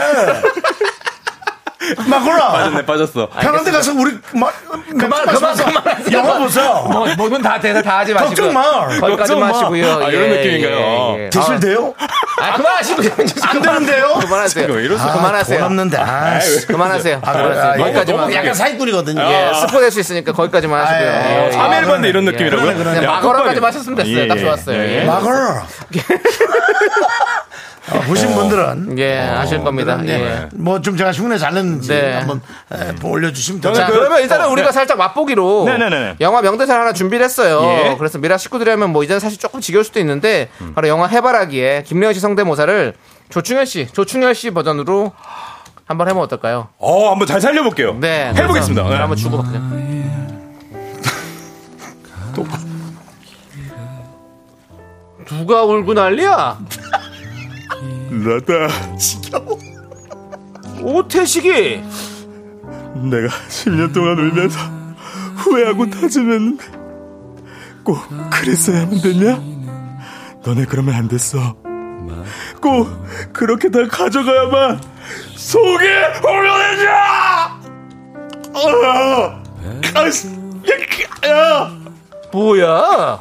A: 마그라
I: 빠졌네, 빠졌어.
A: 편한 데 가서 우리 마, 그만
J: 그만, 그만.
A: 영화 보세요
J: 뭐 뭐든 다 대사 다 하지 마시고
A: 걱정 마.
J: 거기까지
I: 걱정 마.
B: 예,
J: 마시고요.
I: 아, 이런 느낌인가요?
A: 되실 돼요?
J: 아, 그만하시고
A: 안 되는데요?
B: 그만하세요.
A: 왜 이러세요? 아,
B: 그만하세요.
A: 돈 없는데. 아,
B: 아이,
A: 왜 그러세요?
B: 그만하세요.
A: 아,
B: 그만하세요.
A: 아, 예.
B: 거기까지만.
A: 너무 약간 사기꾼이거든요. 아,
B: 예, 스포 될 수 있으니까 거기까지만 하시고요. 예, 예.
I: 삼일 건데 이런 느낌이라고요?
B: 그러네, 그러네.
I: 야,
B: 마거라까지
I: 컵밥이-
B: 마셨으면 됐어요.
I: 예,
B: 딱
I: 예.
B: 좋았어요.
I: 예.
B: 예.
A: 막을. 어, 보신 분들은
B: 예, 아실 겁니다.
A: 그런,
B: 예.
A: 예. 음. 뭐좀 제가 흉내 잘냈는지
B: 네.
A: 한번 에, 올려주시면 더
B: 자,
A: 잘-
B: 그러면 일단은 우리가
I: 네.
B: 살짝 맛보기로
I: 네네네.
B: 영화 명대사를 하나 준비를 했어요.
I: 예. 음.
B: 그래서 미라 식구들이라면 뭐 이제는 사실 조금 지겨울 수도 있는데 바로 영화 해바라기에 김래현 씨 성대모사를 조충현 씨, 조충현 씨 버전으로 한번 해보면 어떨까요?
I: 어, 한번 잘 살려볼게요.
B: 네.
I: 해보겠습니다.
B: 그래서
I: 네.
B: 한번 주고 받자. 누가 울고 난리야?
I: 네. 나다.
B: 오태식이
I: 내가 10년 동안 울면서 후회하고 다짐했는데 꼭 그랬어야만 됐냐? 너네 그러면 안 됐어. 꼭 그렇게 다 가져가야만 속에 올려내자! 아, 아이씨, 야, 야.
B: 뭐야?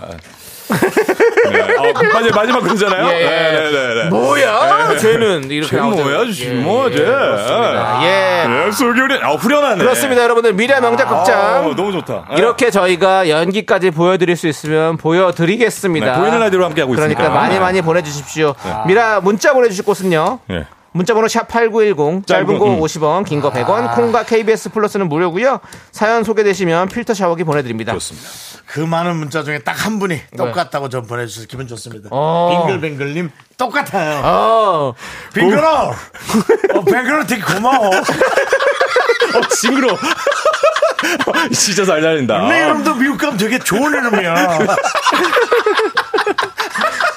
I: 맞아요, 마지막 그러잖아요. 네,
B: 예, 예.
I: 예.
B: 뭐야? 쟤는 이렇게 나오죠. 예,
I: 뭐
B: 예, 그렇습니다.
I: 네.
B: 예.
I: 속이 우리 아 후련하네.
B: 그렇습니다, 여러분들. 미래 명작극장.
I: 아우, 너무 좋다. 예.
B: 이렇게 저희가 연기까지 보여드릴 수 있으면 보여드리겠습니다.
I: 네, 보이는 라디오로 함께 하고
B: 그러니까
I: 있으니까.
B: 많이
I: 네.
B: 많이 보내주십시오. 미라 문자 보내주실 곳은요.
I: 예.
B: 문자번호 샵 8910 짧은
I: 짧은
B: 거
I: 음.
B: 50원 긴 거 100원 콩과 KBS 플러스는 무료고요 사연 소개되시면 필터 샤워기 보내드립니다
I: 좋습니다.
A: 그 많은 문자 중에 딱 한 분이 똑같다고 전 보내주셔서 기분 좋습니다.
B: 어.
A: 빙글빙글님 똑같아요.
B: 어,
A: 빙글어. 어, 빙글어 되게 고마워.
I: 어, 징그러. 진짜 잘 달린다. 어.
A: 내 이름도 미국 가면 되게 좋은 이름이야.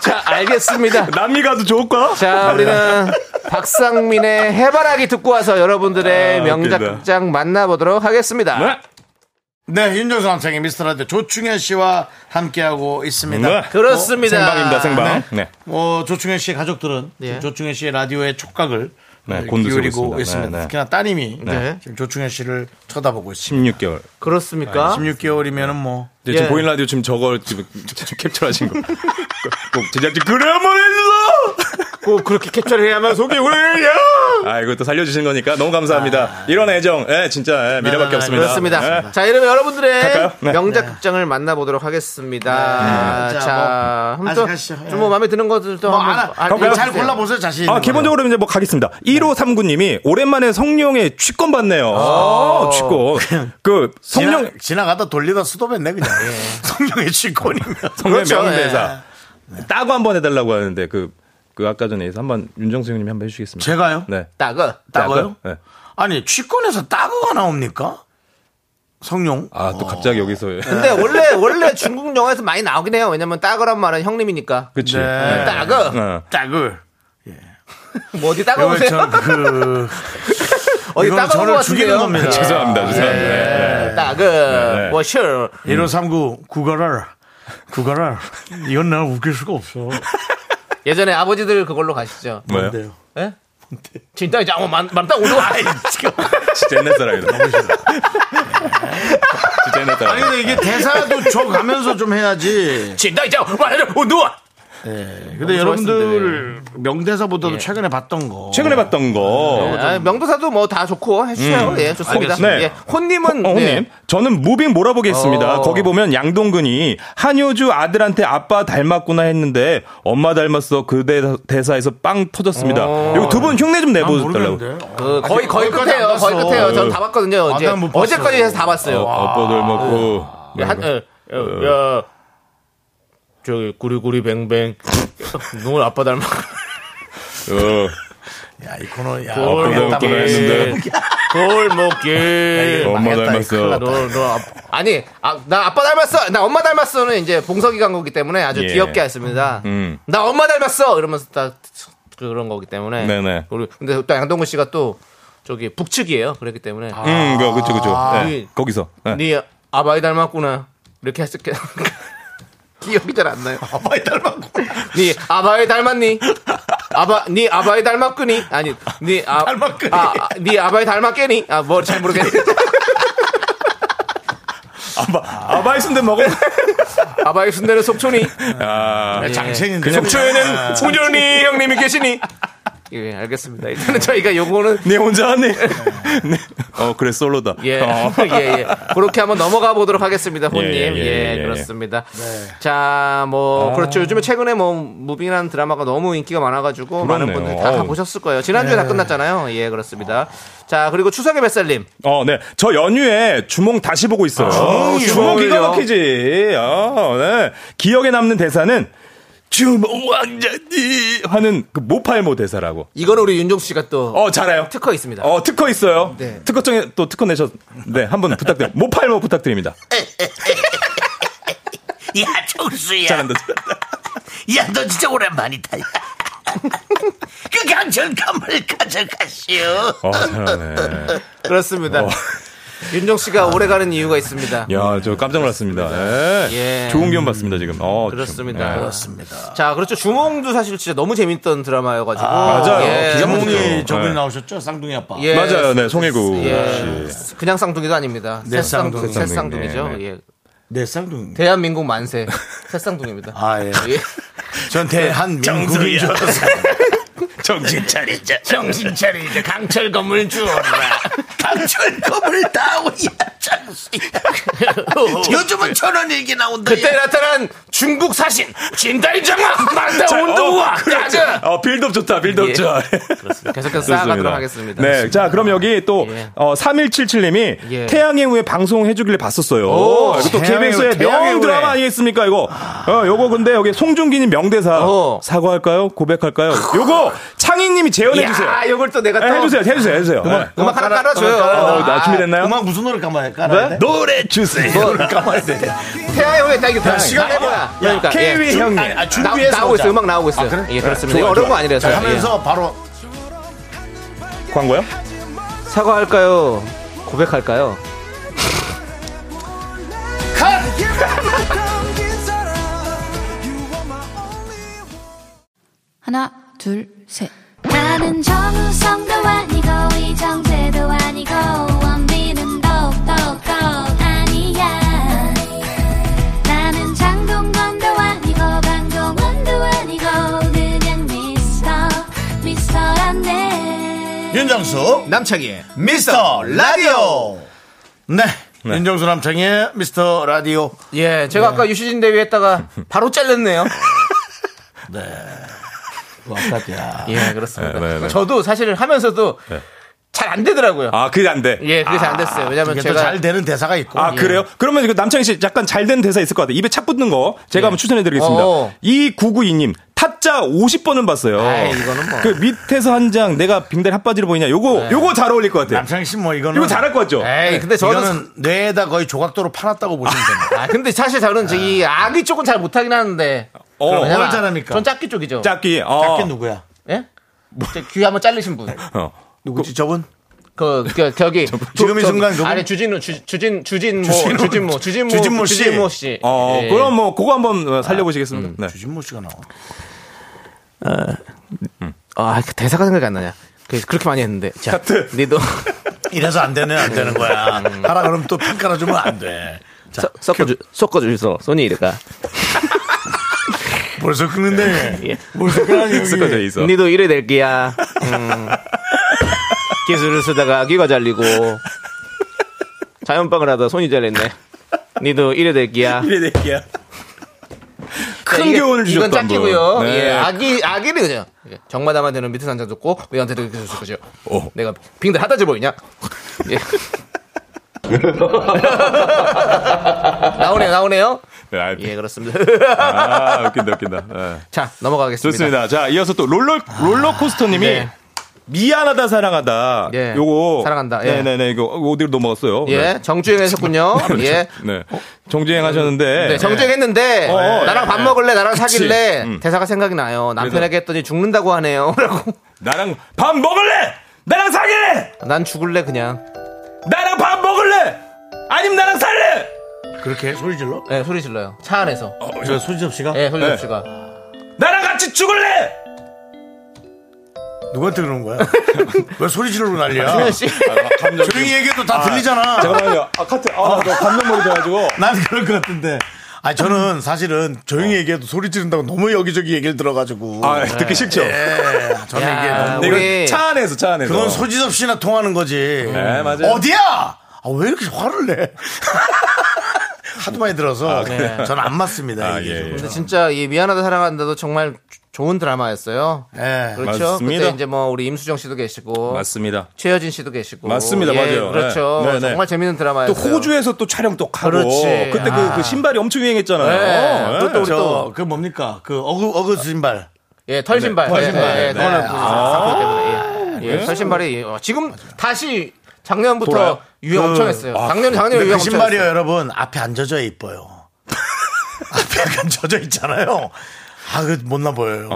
B: 자 알겠습니다
I: 남미 가도 좋을까?
B: 자 우리는 박상민의 해바라기 듣고 와서 여러분들의
I: 아,
B: 명작
I: 웃긴다.
B: 극장 만나보도록 하겠습니다
I: 네.
A: 네, 윤정수 남창의 미스터라디오 조충현 씨와 함께하고 있습니다.
I: 네.
B: 그렇습니다
I: 생방입니다, 생방. 네.
A: 어, 조충현 씨 가족들은
B: 예.
A: 지금 조충현 씨의 라디오에 촉각을
I: 네,
A: 어,
I: 곤두세우고
A: 기울이고
I: 있습니다.
A: 있습니다.
I: 네, 네.
A: 특히나 따님이
B: 네.
A: 지금 조충현 씨를 쳐다보고 있습니다.
I: 16개월.
B: 그렇습니까
A: 16개월이면은 뭐
I: 음. 네,
B: 예.
I: 지금 보인 라디오 지금 저걸 지금 캡처하신 거. 꼭 제작진 그래 한번 해주소.
B: 꼭 그렇게 캡처를 해야만 속이 울려
I: 아 이거 또 살려주신 거니까 너무 감사합니다. 이런 애정, 예, 진짜 예, 미래밖에
A: 네,
I: 없습니다.
B: 그렇습니다.
I: 예.
B: 자, 이러면 여러분들의
I: 갈까요? 네.
B: 명작 극장을 만나보도록 하겠습니다.
A: 네.
B: 자,
A: 뭐,
B: 한번
A: 아직 하시죠.
B: 좀뭐 마음에 드는 것들도
A: 뭐
B: 한번
A: 알아,
B: 알려주세요.
A: 잘 골라보세요 자신.
I: 아,
A: 있는 걸로.
I: 기본적으로 이제 뭐 가겠습니다. 1539님이 오랜만에 성룡의 취권 받네요. 아, 취권. 그, 성룡,
A: 지나, 지나가다 돌리다 수도했네 그냥. 성령의 취권이면. 예.
I: 성룡의
B: 그렇죠.
I: 명대사.
A: 네.
I: 따고 한번 해달라고 하는데, 그, 그 아까 전에 한번 윤정수 형님이 한번 해주시겠습니다.
A: 제가요?
I: 네.
B: 따가
A: 따가요?
I: 네.
A: 아니 취권에서 따고가 나옵니까? 성룡.
I: 아, 또
A: 어.
I: 갑자기 여기서.
A: 네.
B: 근데 원래 원래 중국 영화에서 많이 나오긴 해요. 왜냐면 따그란 말은 형님이니까.
I: 그치.
A: 네.
B: 따그
I: 네.
A: 따글.
B: 뭐 어디 따가 오세요?
A: 그
B: 어디
A: 이건
B: 따가
A: 저를
B: 오것
A: 죽이는
B: 같은데요?
A: 겁니다.
I: 죄송합니다. 죄송합니다.
A: 예,
I: 네.
B: 따그
I: 네.
B: 뭐 워셔.
A: 1539 구걸을 구걸을 이건 나 웃길 수가 없어.
B: 예전에 아버지들 그걸로 가시죠.
I: 뭐요?
A: 뭔데요?
B: 예? 진짜 이제 아무 맘딱 오는 거
I: 진짜 옛날 사람이다. 진짜 옛날
A: 네. 아니
I: 사람.
A: 근데 이게 대사도 저 가면서 좀 해야지. 예,
B: 진짜 이제 말을 누워.
A: 근데 여러분들 명대사보다도
B: 예.
A: 최근에 봤던 거.
I: 최근에 봤던 거.
A: 네.
B: 아, 명도사도 뭐 다 좋고 해주세요. 예, 좋습니다.
I: 알겠습니다.
B: 예, 혼님은
I: 어, 형님,
B: 네.
I: 저는 무빙 몰아보겠습니다.
B: 어.
I: 거기 보면 양동근이 한효주 아들한테 아빠 닮았구나 했는데 엄마 닮았어 그 대, 대사에서 빵 터졌습니다. 여기 두 분 흉내 좀 내보달라고.
A: 어. 아, 모르겠는데.
B: 그 거의 거의
A: 거기까지 안
B: 끝에요.
A: 봤어.
B: 거의 끝에요. 전 다 봤거든요.
A: 아,
B: 이제
A: 난못 봤어요.
B: 어제까지 해서 다 봤어요.
I: 아빠 닮았고.
B: 야, 한, 어, 야, 야, 저기 구리구리 뱅뱅 눈을 아빠 닮아.
A: 네.
I: 어,
A: 야, 이 코너 야.
I: 아빠 닮았구나 했는데
B: 돌 먹기.
I: 엄마
A: 망했다,
I: 닮았어.
B: 너너 아, 아니 아, 나 아빠 닮았어 나 엄마 닮았어는 이제 봉석이 간 거기 때문에 아주
I: 예.
B: 귀엽게 했습니다
I: 음.
B: 나 엄마 닮았어 이러면서 딱 그런 거기 때문에
I: 네네.
B: 우리 근데 또 양동근 씨가 또 저기 북측이에요 그렇기 때문에
I: 음, 그, 그쵸, 그쵸.
A: 아,
B: 이-
I: 네, 거기서. 네.
B: 네 아바이 닮았구나 이렇게 했을 게 기억이 잘 안 나요
A: 아빠이 닮았고.
B: 네 아바이 닮았니 아바 네 아바이 닮았구니 아니 네아
A: 닮았구니.
B: 아, 아, 네 아바이 닮았겠니 아뭐잘 모르겠네
I: 아바, 아바이 순대 먹어.
B: 아바이 순대는 속촌이
I: 아,
A: 네, 장첸인데.
I: 그냥-
B: 속초에는 훈련이 형님이 계시니 예, 알겠습니다. 일단은 저희가 요거는
I: 네 혼자 하네. 네. 어 그래 솔로다.
B: 예,
I: 어.
B: 예, 예. 그렇게 한번 넘어가 보도록 하겠습니다, 혼님.
I: 예,
B: 예,
I: 예, 예, 예.
B: 그렇습니다. 자, 뭐,
I: 아.
B: 그렇죠. 요즘에 최근에 뭐, 무빙이라는 드라마가 너무 인기가 많아가지고, 많은
I: 그렇네요.
B: 분들이 다,
I: 어우.
B: 보셨을 거예요. 지난주에 다 끝났잖아요. 예, 그렇습니다. 자, 그리고 추석의 뱃살님.
I: 어, 네. 저 연휴에 주몽 다시 보고 있어요.
B: 아,
I: 주몽 기가
B: 주몽을요?
I: 막히지. 아, 네. 기억에 남는 대사는 주몽 왕자님 하는 그 모팔모 대사라고.
B: 이건 우리 윤종수 씨가 또.
I: 어, 잘해요.
B: 특허 있습니다.
I: 어, 특허 있어요.
B: 네.
I: 특허청에 또 특허 내셨. 네, 한번 부탁드려요. 모팔모 부탁드립니다.
K: 야, 정수야.
I: 잘한다.
K: 야, 너 진짜 오랜만이다. 야. 그 강철감을 가져가시오.
I: 어, 잘하네. 어.
B: 그렇습니다. 윤종 씨가 오래 가는 이유가 있습니다.
I: 야, 저 깜짝 놀랐습니다. 예.
B: 예.
I: 좋은 기운 받습니다, 지금. 어,
B: 그렇습니다.
I: 좀, 예.
B: 그렇습니다. 자, 그렇죠. 주몽도 사실 진짜 너무 재밌던 드라마여가지고.
I: 아, 맞아요. 기가 막히죠.
A: 주몽이 저분이
I: 네.
A: 나오셨죠? 쌍둥이 아빠.
B: 예.
I: 맞아요, 네, 송혜구
B: 예. 그냥 쌍둥이도 아닙니다.
A: 네,
B: 새쌍둥이.
A: 쌍둥이.
B: 새쌍둥이죠.
A: 네, 네.
B: 예.
A: 네, 쌍둥이.
B: 대한민국 만세. 새쌍둥입니다.
A: 아, 예.
B: 예.
A: 전 대한민국인 줄 알았어요.
K: 정신 차리자. 정신 차리자. 강철 건물 주어라. 강철 건물 다오야, 정수야. 요즘은 천원 얘기 나온다.
B: 그때
K: 야.
B: 나타난 중국 사신 진다이장마
K: 자,
B: 만다
I: 어,
B: 온도와
I: 그래.
B: 야자.
I: 어, 빌드업 좋다, 빌드업
B: 예.
I: 좋아.
B: 계속해서
I: 좋습니다.
B: 쌓아가도록 하겠습니다.
I: 네. 자, 그럼 여기 또, 어, 3177님이
B: 예.
I: 태양의 후예 방송 해주길래 봤었어요.
B: 오,
I: 이거 또
A: 태양의
I: KBS의
A: 후, 태양의
I: 명 드라마
A: 후예.
I: 아니겠습니까, 이거? 어, 요거 근데 여기 송중기님 명대사.
B: 어.
I: 사과할까요? 고백할까요? 요거 창희님이 재연해주세요. 네,
B: 야, 이걸 또 내가 또
I: 아,
B: 어,
I: 해주세요, 해주세요, 해주세요. 네.
B: 음악 하나 어. 깔아줘요. 네.
I: 어, 나 준비됐나요?
A: 음악 무슨 노래 까마야 깔아야 돼?
I: 노래 주세요.
A: 노래 깔아야 돼.
B: 뭐, 태아 형의 딱
I: 네,
B: 이거 시간 해봐야. 그러니까
I: KW
B: 예.
I: 형님.
A: 아,
B: 나,
A: 준비해서
B: 나오고
A: 오자.
B: 있어요. 음악 나오고 있어요.
A: 아, 그래?
B: 예,
A: 좋아,
B: 그렇습니다. 이거 어려운
A: 좋아.
B: 거 아니라서.
A: 자, 하면서 바로
I: 광고요?
B: 예. 사과할까요? 고백할까요?
D: 하나, 둘, 셋. 나는 정우성도 아니고, 이정재도 아니고, 원빈은 더욱더 아니야. 나는 장동건도 아니고, 강동원도 아니고, 그냥 미스터, 미스터란데.
A: 윤정수 남창희의 미스터 라디오. 네. 윤정수 남창희의 미스터 라디오.
B: 예, 제가
A: 네.
B: 아까 유시진 대회 했다가 바로 잘렸네요.
A: 네. 아까야.
B: 예, 그렇습니다.
I: 네, 네, 네.
B: 저도 사실 하면서도
A: 네.
B: 잘 안 되더라고요.
I: 아, 그게 안 돼.
B: 예, 그게 잘 안 됐어요. 왜냐면
A: 아, 이게
B: 제가
A: 또잘 되는 대사가 있고. 예.
I: 아 그래요? 그러면 그 남창희 씨 약간 잘 된 대사 있을 것 같아요. 입에 착 붙는 거 제가 한번 추천해드리겠습니다.
B: 예. 어.
I: 이 2992님 타짜 50번은 봤어요.
B: 아이, 이거는 뭐. 예.
I: 그 밑에서 한 장 내가 빙다리 핫바지로 보이냐. 요거 요거 잘 어울릴 것 같아요.
A: 남창희 씨 뭐 이거는 네,
I: 이거 잘할 것 같죠?
B: 에이, 근데 저는
A: 이거는 뇌에다 거의 조각도로 팔았다고 보시면 됩니다.
B: 아, 근데 사실 저는 저기 아기 쪽은 잘 못하긴 하는데.
I: 어,
B: 그럼 왜냐면
A: 뭘 잘합니까?
B: 전 짝기 쪽이죠.
I: 짝기. 어.
A: 작게 누구야?
B: 예?
A: 뭐.
B: 저귀 한번 잘리신 분.
I: 어.
A: 누구지 저분?
B: 그, 그 저기
A: 지금 이
B: 저-
A: 순간 그분?
B: 아니 주진우 주, 주진 주진모
A: 주진우.
B: 주진모 주진모
A: 주진모 씨.
B: 주진모 씨.
I: 어,
B: 예. 음.
I: 그럼 뭐 그거 한번 어, 살려보시겠습니다. 네.
A: 주진모 씨가 나와.
B: 아, 그 대사가 생각이 안 나냐. 그- 그렇게 많이 했는데. 자,
I: 하트.
B: 니도
A: 이래서 안 되는 안 되는 거야. 하라 그러면 또 평가를 주면 안 돼. 자,
B: 섞어 주 섞어 주소. 손이 이래가.
A: 벌써 끊는데.
B: 예.
A: 벌써 끊는
I: 있을 거죠, 있어.
B: 니도 이래 될 게야. 음. 기술을 쓰다가 귀가 잘리고 자연방을 하다 손이 잘렸네. 니도 이래 될 게야.
I: 이래낼게요.
B: 자,
I: 큰
B: 이게- 이건
I: 교훈을 주셨던 분.
B: 짝기고요.
I: 네.
B: 예, 아기 아기는 그냥 예, 정마담한 되는 미트 상장 줬고 왜한테 이렇게 줬을 거죠.
I: 오.
B: 내가 빙대 하다지 보이냐? 예. 나오네요, 나오네요.
I: 네, 아,
B: 예, 그렇습니다.
I: 아, 웃긴다, 웃긴다. 네.
B: 자, 넘어가겠습니다.
I: 좋습니다. 자, 이어서 또 롤러 롤러코스터님이
B: 네.
I: 미안하다 사랑하다.
B: 예.
I: 요거
B: 사랑한다. 예.
I: 네네네 이거 어디로 넘어갔어요?
B: 예,
I: 네.
B: 정주행했었군요. 예.
I: 네. 정주행하셨는데.
B: 네, 정주행했는데
I: 어, 어,
B: 나랑
I: 예,
B: 밥
I: 예.
B: 먹을래, 나랑 사귈래
I: 음.
B: 대사가 생각이 나요. 남편에게 했더니 죽는다고 하네요.라고
I: 나랑 밥 먹을래. 나랑 사귈래.
B: 난 죽을래 그냥.
I: 나랑 밥 먹을래. 아님 나랑 살래.
A: 그렇게 소리 질러?
B: 예, 소리 질러요. 차 안에서.
A: 어, 저 소지섭 씨가
B: 예, 소리
I: 어, 네.
B: 씨가.
I: 나랑 같이 죽을래.
A: 누구한테 그러는 거야? 왜 소리 지르고 난리야?
B: 씨.
A: 아, 조용히 얘기해도 다 들리잖아.
I: 잠깐만요. 아 카트. 아나 감동 먹이 돼가지고.
A: 난 그럴 것 같은데. 아 저는 사실은 조용히 얘기해도 소리 지른다고 너무 여기저기 얘기를 들어가지고
I: 아, 듣기 싫죠?
A: 예, 저는
I: 야,
A: 이게 너무
I: 근데 이건 차 안에서, 차 안에서.
A: 그건 소지섭 씨나 통하는 거지.
I: 네, 맞아요.
A: 어디야? 아, 왜 이렇게 화를 내? 하도 많이 들어서
B: 아, 그래요?
A: 저는 안 맞습니다. 이게 좀.
B: 근데 진짜 이 미안하다 사랑한다도 정말 조- 좋은 드라마였어요.
A: 예.
B: 그렇죠.
I: 네. 맞습니다.
B: 그때 이제 뭐 우리 임수정 씨도 계시고
I: 맞습니다.
B: 최여진 씨도 계시고
I: 맞습니다.
B: 예,
I: 맞아요.
B: 그렇죠.
I: 네. 네, 네.
B: 정말 재밌는 드라마였어요.
I: 또 호주에서 또 촬영 또 하고
B: 그렇지.
I: 그때 그,
B: 아.
I: 그 신발이 엄청 유행했잖아요.
B: 네.
I: 예.
B: 그것도 우리
I: 저-
B: 또
A: 그 뭡니까? 그 어그 어그 신발.
B: 예, 털 신발.
A: 네, 털
B: 예,
A: 신발.
B: 예, 예,
A: 네. 아.
B: 그거는 그 사건 때문에. 예. 예,
A: 그래요?
B: 털 신발이 어, 지금 다시 작년부터
A: 돌아요?
B: 유행
A: 그-
B: 엄청 했어요.
A: 아,
B: 작년 작년에
A: 근데
B: 유행
A: 그
B: 엄청
A: 신발이요
B: 했어요.
A: 여러분 앞에 안 젖어 이뻐요. 앞에 약간 젖어 있잖아요. 아그 못나 보여요.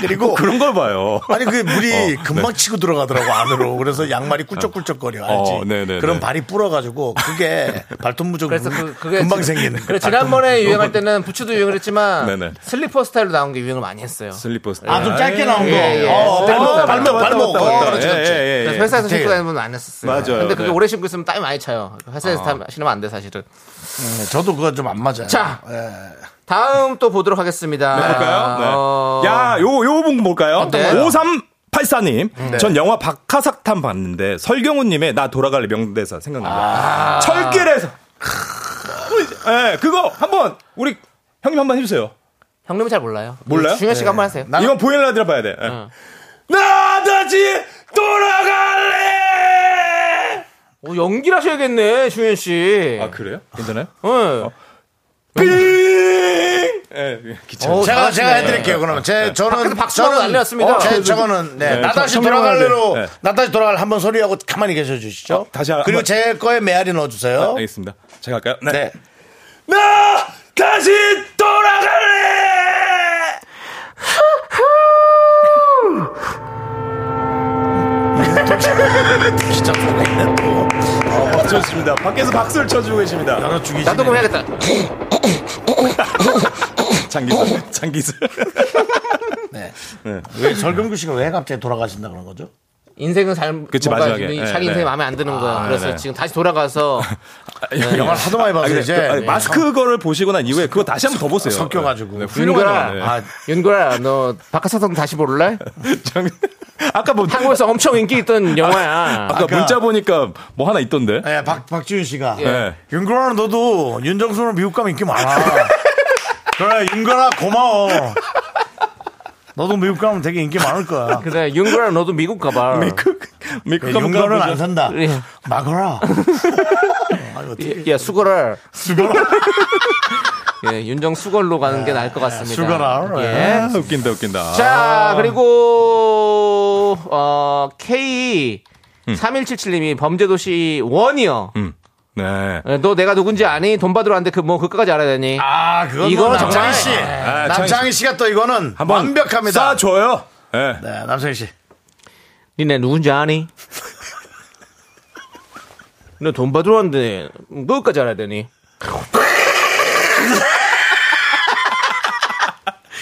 A: 그리고
I: 어. 그런 걸 봐요.
A: 아니 그 물이
I: 어,
A: 금방
I: 네.
A: 치고 들어가더라고 안으로 그래서 양말이 꿀쩍꿀쩍거려 알지?
I: 어, 네네네.
A: 그런 발이 불어가지고 그게 발톱 무좀
B: 그래서 그, 그게
A: 금방
B: 지-
A: 생기는.
B: 그래,
A: 발톱
B: 지난번에
A: 무좀.
B: 유행할 때는 부츠도 유행을 했지만
I: 네네.
B: 슬리퍼 스타일로 나온 게 유행을 많이 했어요.
I: 슬리퍼 스타일.
A: 아, 좀 짧게 나온 거.
B: 예, 예.
A: 어,
B: 스타일로
A: 발목,
B: 나온
A: 발목,
B: 거.
A: 발목.
B: 맞다,
A: 어,
B: 맞다, 맞다.
A: 그렇지, 그렇지.
I: 예, 예, 예.
B: 그래서 회사에서 신고
A: 디테일.
B: 다니면 안 했었어요.
I: 맞아요.
B: 근데 그게
I: 네.
B: 오래 신고 있으면 땀이 많이 차요. 회사에서
I: 아.
B: 다 신으면 안 돼, 사실은.
A: 음, 저도 그거 좀 안 맞아요. 네.
B: 자. 다음 또 보도록 하겠습니다.
I: 네, 볼까요? 네.
B: 어,
I: 야, 요, 요 분 볼까요?
B: 어떤 거요? 네.
I: 5384님, 전 영화 박하삭탄 봤는데, 설경우님의 나 돌아갈래 명대사 생각납니다.
B: 아.
I: 철길에서. 크으, 이제, 예, 그거 한번, 우리 형님 한번 해주세요.
B: 형님은 잘 몰라요.
I: 몰라요?
B: 중현 씨가 한번 하세요.
I: 이건 보이는 라디오 봐야 돼. 예. 나 다시 돌아갈래!
B: 오, 뭐 연기를 하셔야겠네, 중현 씨.
I: 아, 그래요? 괜찮아요?
B: 응.
I: 빙! 예, 기차.
B: 어,
A: 제가 제가
B: 잘하시네.
A: 해드릴게요. 그러면 제
B: 밖에서
A: 저는 어,
B: 박수하고 난리 났습니다.
A: 제, 저거는 네,
I: 네,
A: 나 다시
I: 청-
A: 돌아갈래로
I: 청명하게. 네.
A: 나 다시 돌아갈 한번 소리하고 가만히 계셔 주시죠.
I: 어, 다시 한
A: 그리고
I: 번.
A: 제 거에 메아리 넣어 주세요.
I: 알겠습니다. 제가 할까요?
A: 네.
I: 나 다시 돌아갈래!
A: 진짜 모르겠네, 또.
I: 어, 좋습니다. 밖에서 박수를 쳐주고 계십니다.
A: 연어 죽이시네.
B: 나도 그럼 해야겠다.
I: 장기술, 장기술.
A: 네. 왜 설경구 씨가 왜 갑자기 돌아가신다 그런 거죠?
B: 인생은 잘,
I: 그치,
B: 뭔가
I: 마지막에.
B: 이-
I: 네,
B: 자기
I: 네.
B: 인생이 마음에 안 드는 거야.
I: 아,
B: 그래서
I: 네.
B: 지금 다시 돌아가서
A: 영화를 하도 많이
I: 아,
A: 봐서 이제
I: 그,
A: 네.
I: 마스크 거를 보시고 난 이후에 그거 다시 한 번 더 보세요.
A: 섞여가지고. 그러니까.
I: 네, 훌륭하다. 네.
B: 윤거라, 아, 윤거라, 너 박하사성 다시 볼래?
I: 장- 네. 아, 아까 뭐
B: 한국에서 엄청 인기 있던 영화야.
I: 아까 문자 보니까 뭐 하나 있던데.
A: 그러니까. 예, 박, 박지윤 씨가.
I: 예.
A: 윤건아 너도 윤정수는 미국 가면 인기 많아. 그래, 윤건아 고마워. 너도 미국 가면 되게 인기 많을 거야.
B: 그래, 윤거라, 너도 미국 가봐.
I: 미국
A: 예,
I: 감독
A: 윤건은 안
I: 보자.
A: 산다.
B: 예.
A: 막어라. 아니, 어떻게.
B: 야, 예, 수거라.
A: 수거라.
B: 예, 윤정 수걸로 가는 게 나을 것 같습니다.
A: 수거라.
B: 예.
I: 아, 웃긴다, 웃긴다.
B: 자, 그리고, 어, K.
I: 음.
B: 3177님이 범죄도시 원이요.
I: 네.
B: 예, 너 내가 누군지 아니? 돈 받으러 왔는데 그 뭐 그까지 알아야 되니?
A: 아, 그건
B: 이거
A: 뭐
B: 정말-
A: 남창희 씨.
I: 아,
A: 남창희 씨가 또 이거는
I: 한번
A: 완벽합니다.
I: 싸줘요. 예.
A: 네, 남창희 씨.
B: 니네 누군지 아니? 너 돈 받으러 왔는데 뭐 그거까지 알아야 되니?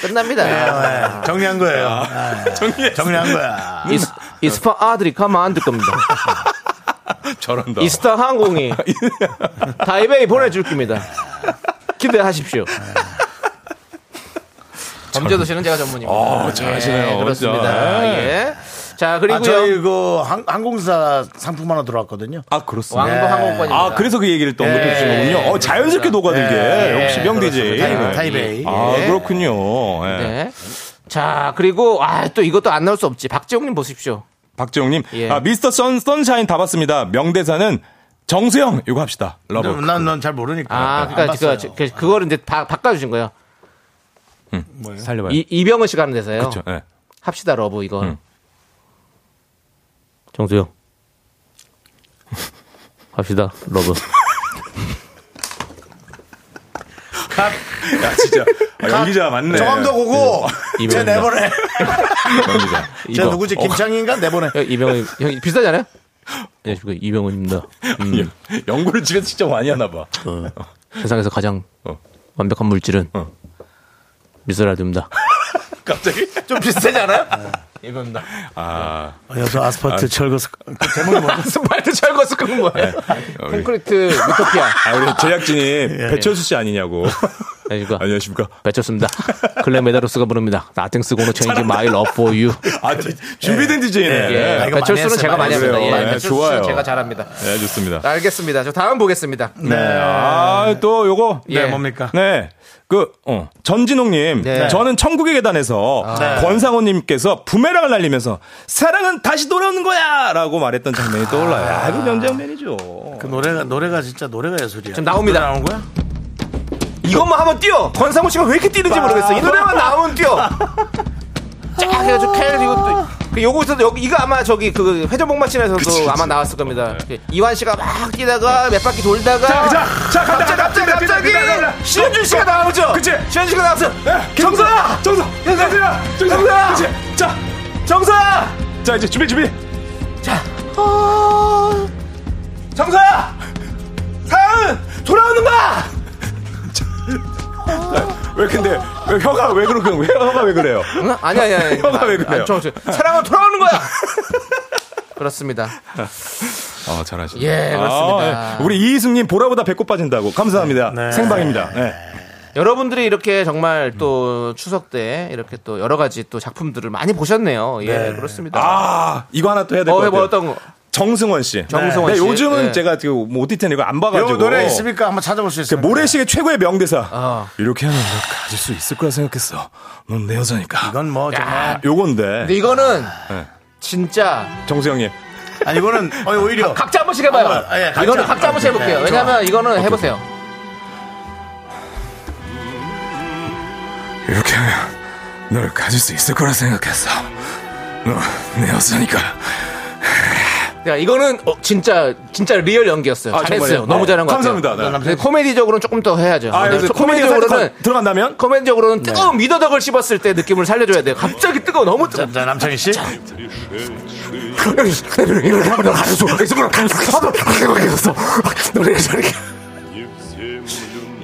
B: 끝납니다.
A: 네, 정리한 거예요. 네,
I: 정리했어.
A: 정리한 거야.
B: 이스, 이스파 아들이 가만 안 둘 겁니다.
I: 저런다.
B: 이스타 항공이 타이베이 보내줄 겁니다. 기대하십시오.
I: 네.
B: 범죄도시는 제가 전문입니다.
I: 어, 잘하시네요,
B: 예, 그렇습니다.
I: 진짜.
B: 예. 자 그리고요.
A: 아, 저희 그 항, 항공사 상품 하나 들어왔거든요.
I: 아, 그렇습니다.
B: 왕복 항공권입니다.
I: 아, 그래서 그 얘기를 또 언급해주시는군요. 어, 자연스럽게 녹아들게. 역시 명디지.
A: 예. 그렇습니다. 타이베이. 타이베이.
I: 아,
B: 예.
I: 그렇군요. 예.
B: 네. 자, 그리고 아 또 이것도 안 나올 수 없지. 박재홍님 보십시오.
I: 박지용님,
B: 예.
I: 아, 미스터 선, 선샤인 다 봤습니다. 명대사는 정수영, 이거 합시다. 러브.
B: 음,
A: 난난잘 모르니까.
B: 아,
A: 안
B: 그러니까
A: 봤어요.
I: 예.
B: 그, 그, 그거를 이제 바, 바꿔주신 거예요. 음.
A: 뭐예요?
I: 살려봐요.
B: 이, 이병헌 씨가 하는 데서요.
I: 그쵸, 예.
B: 합시다 러브 이거.
I: 음.
B: 정수영. 합시다 러브.
I: 야, 진짜. 아, 연기자 맞네.
A: 저 감독 오고
I: 예.
A: 제
B: 이병헌.
I: 뭐,
A: 내보내.
I: 연기자.
A: 제
B: 이거.
A: 누구지?
B: 어,
A: 김창인가 내보내.
B: 형, 이병헌 형 비슷하지 않아요? 안녕하십니까 이병헌입니다. 음,
I: 연구를 집에서 진짜 많이 하나 봐.
B: 어, 세상에서 가장
I: 어.
B: 완벽한 물질은
I: 어.
B: 미스라디오입니다.
I: 갑자기.
A: 좀 비슷하지 않아요?
J: 이겁니다.
I: 아.
A: 여수 아스팔트
I: 아,
A: 철거스
J: 제목이 뭐야? 스파이트 철거 스크는
B: 네.
J: 뭐예요? 콘크리트 유토피아.
I: 아, 우리 제작진이
B: 예,
I: 배철수 씨 아니냐고.
B: 안녕하십니까.
I: 안녕하십니까.
B: 배쳤습니다. 클레 메다로스가 부릅니다. Nothing s gonna change my love for you.
I: 아, 디- 준비된 DJ네.
B: 예, 예. 배철수는 제가 많이 합니다. 예, 배철수
I: 좋아요.
B: 제가 잘합니다.
I: 네, 좋습니다.
J: 알겠습니다. 저 다음 보겠습니다.
I: 네. 아, 또 요거.
J: 네, 예. 뭡니까?
I: 네. 그, 어, 전진홍님.
J: 네.
I: 저는 천국의 계단에서
J: 네.
I: 권상호님께서 부메랑을 날리면서 사랑은 다시 돌아오는 거야! 라고 말했던 장면이 떠올라요. 아, 그 명장면이죠.
A: 그 노래가 노래가 진짜 노래가 예술이야.
I: 지금 나옵니다.
A: 나온 거야?
J: 이것만 한번 뛰어. 권상우 씨가 왜 이렇게
I: 아.
J: 뛰는지 모르겠어. 이 노래만 나오면 뛰어. 쫙 해가지고 캘 이거 또. 그 요거에서도 여기 이거 아마 저기 그 회전목마 씬에서도 아마 나왔을 겁니다. 그 이완 씨가 막 뛰다가 몇 바퀴 돌다가
K: 자, 자, 자, 간다,
J: 갑자기
K: 간다, 간다, 간다,
J: 갑자기 갑자기
K: 간다, 간다.
J: 신현준 씨가 나오죠.
K: 그치?
J: 신현준 씨가 나왔어. 정서야,
I: 어? 예, 정서,
J: 정서야,
I: 정서야.
J: 그치?
I: 자,
J: 정서야.
I: 자, 이제 준비, 어, 준비.
J: 정서야. 사은 돌아오는 거야.
I: 왜 근데, 왜 혀가 왜 그렇게, 왜 혀가 왜 그래요?
B: 아니, 아니, 아니.
I: 혀가 왜 그래요?
B: 안 청소.
J: 사랑은 돌아오는 거야.
B: 그렇습니다.
I: 어, 잘하시네.
B: 예, 그렇습니다.
I: 예. 우리 이희승님 보라보다 배꼽 빠진다고. 감사합니다. 생방입니다. 네.
B: 여러분들이 이렇게 정말 또 추석 때 이렇게 또 여러 가지 또 작품들을 많이 보셨네요. 예,
I: 네.
B: 그렇습니다.
I: 아, 이거 하나 또 해야 될
B: 어,
I: 것
B: 해봐,
I: 같아요.
B: 어떤 거?
I: 정승원 씨.
B: 정승원 씨.
I: 요즘은
B: 예.
I: 제가 지금 뭐 오디텐 이거 안 봐가지고.
A: 요 노래 있습니까? 한번 찾아볼 수
I: 그
A: 있어요.
I: 모래시계 최고의 명대사.
J: 어.
I: 이렇게 하면 내가 가질 수 있을 거라 생각했어. 넌 내 여자니까.
A: 이건 뭐 정말
I: 요건데.
B: 근데 이거는
I: 예.
B: 진짜
I: 정수영님.
A: 아니 이거는 어, 오히려
B: 각자 한 번씩 해봐요.
A: 아, 예, 각자.
B: 이거는 각자 한 번씩 해볼게요.
A: 네,
B: 왜냐면 이거는 해보세요.
I: 이렇게 하면 널 가질 수 있을 거라 생각했어. 넌내 여자니까.
B: 야, 이거는 어, 진짜 진짜 리얼 연기였어요.
I: 아,
B: 잘했어요.
I: 정말요?
B: 너무
I: 네.
B: 잘한 것
I: 감사합니다.
B: 같아요.
I: 네.
B: 근데 코미디적으로는 조금 더 해야죠.
I: 아,
B: 네,
I: 여기서
B: 코미디적으로는
I: 코미디가 들어간다면?
B: 코미디적으로는
I: 네.
B: 뜨거운 미더덕을 씹었을 때 느낌을 살려줘야 돼요. 갑자기 뜨거워 너무 뜨거워.
A: 자, 남창희 씨.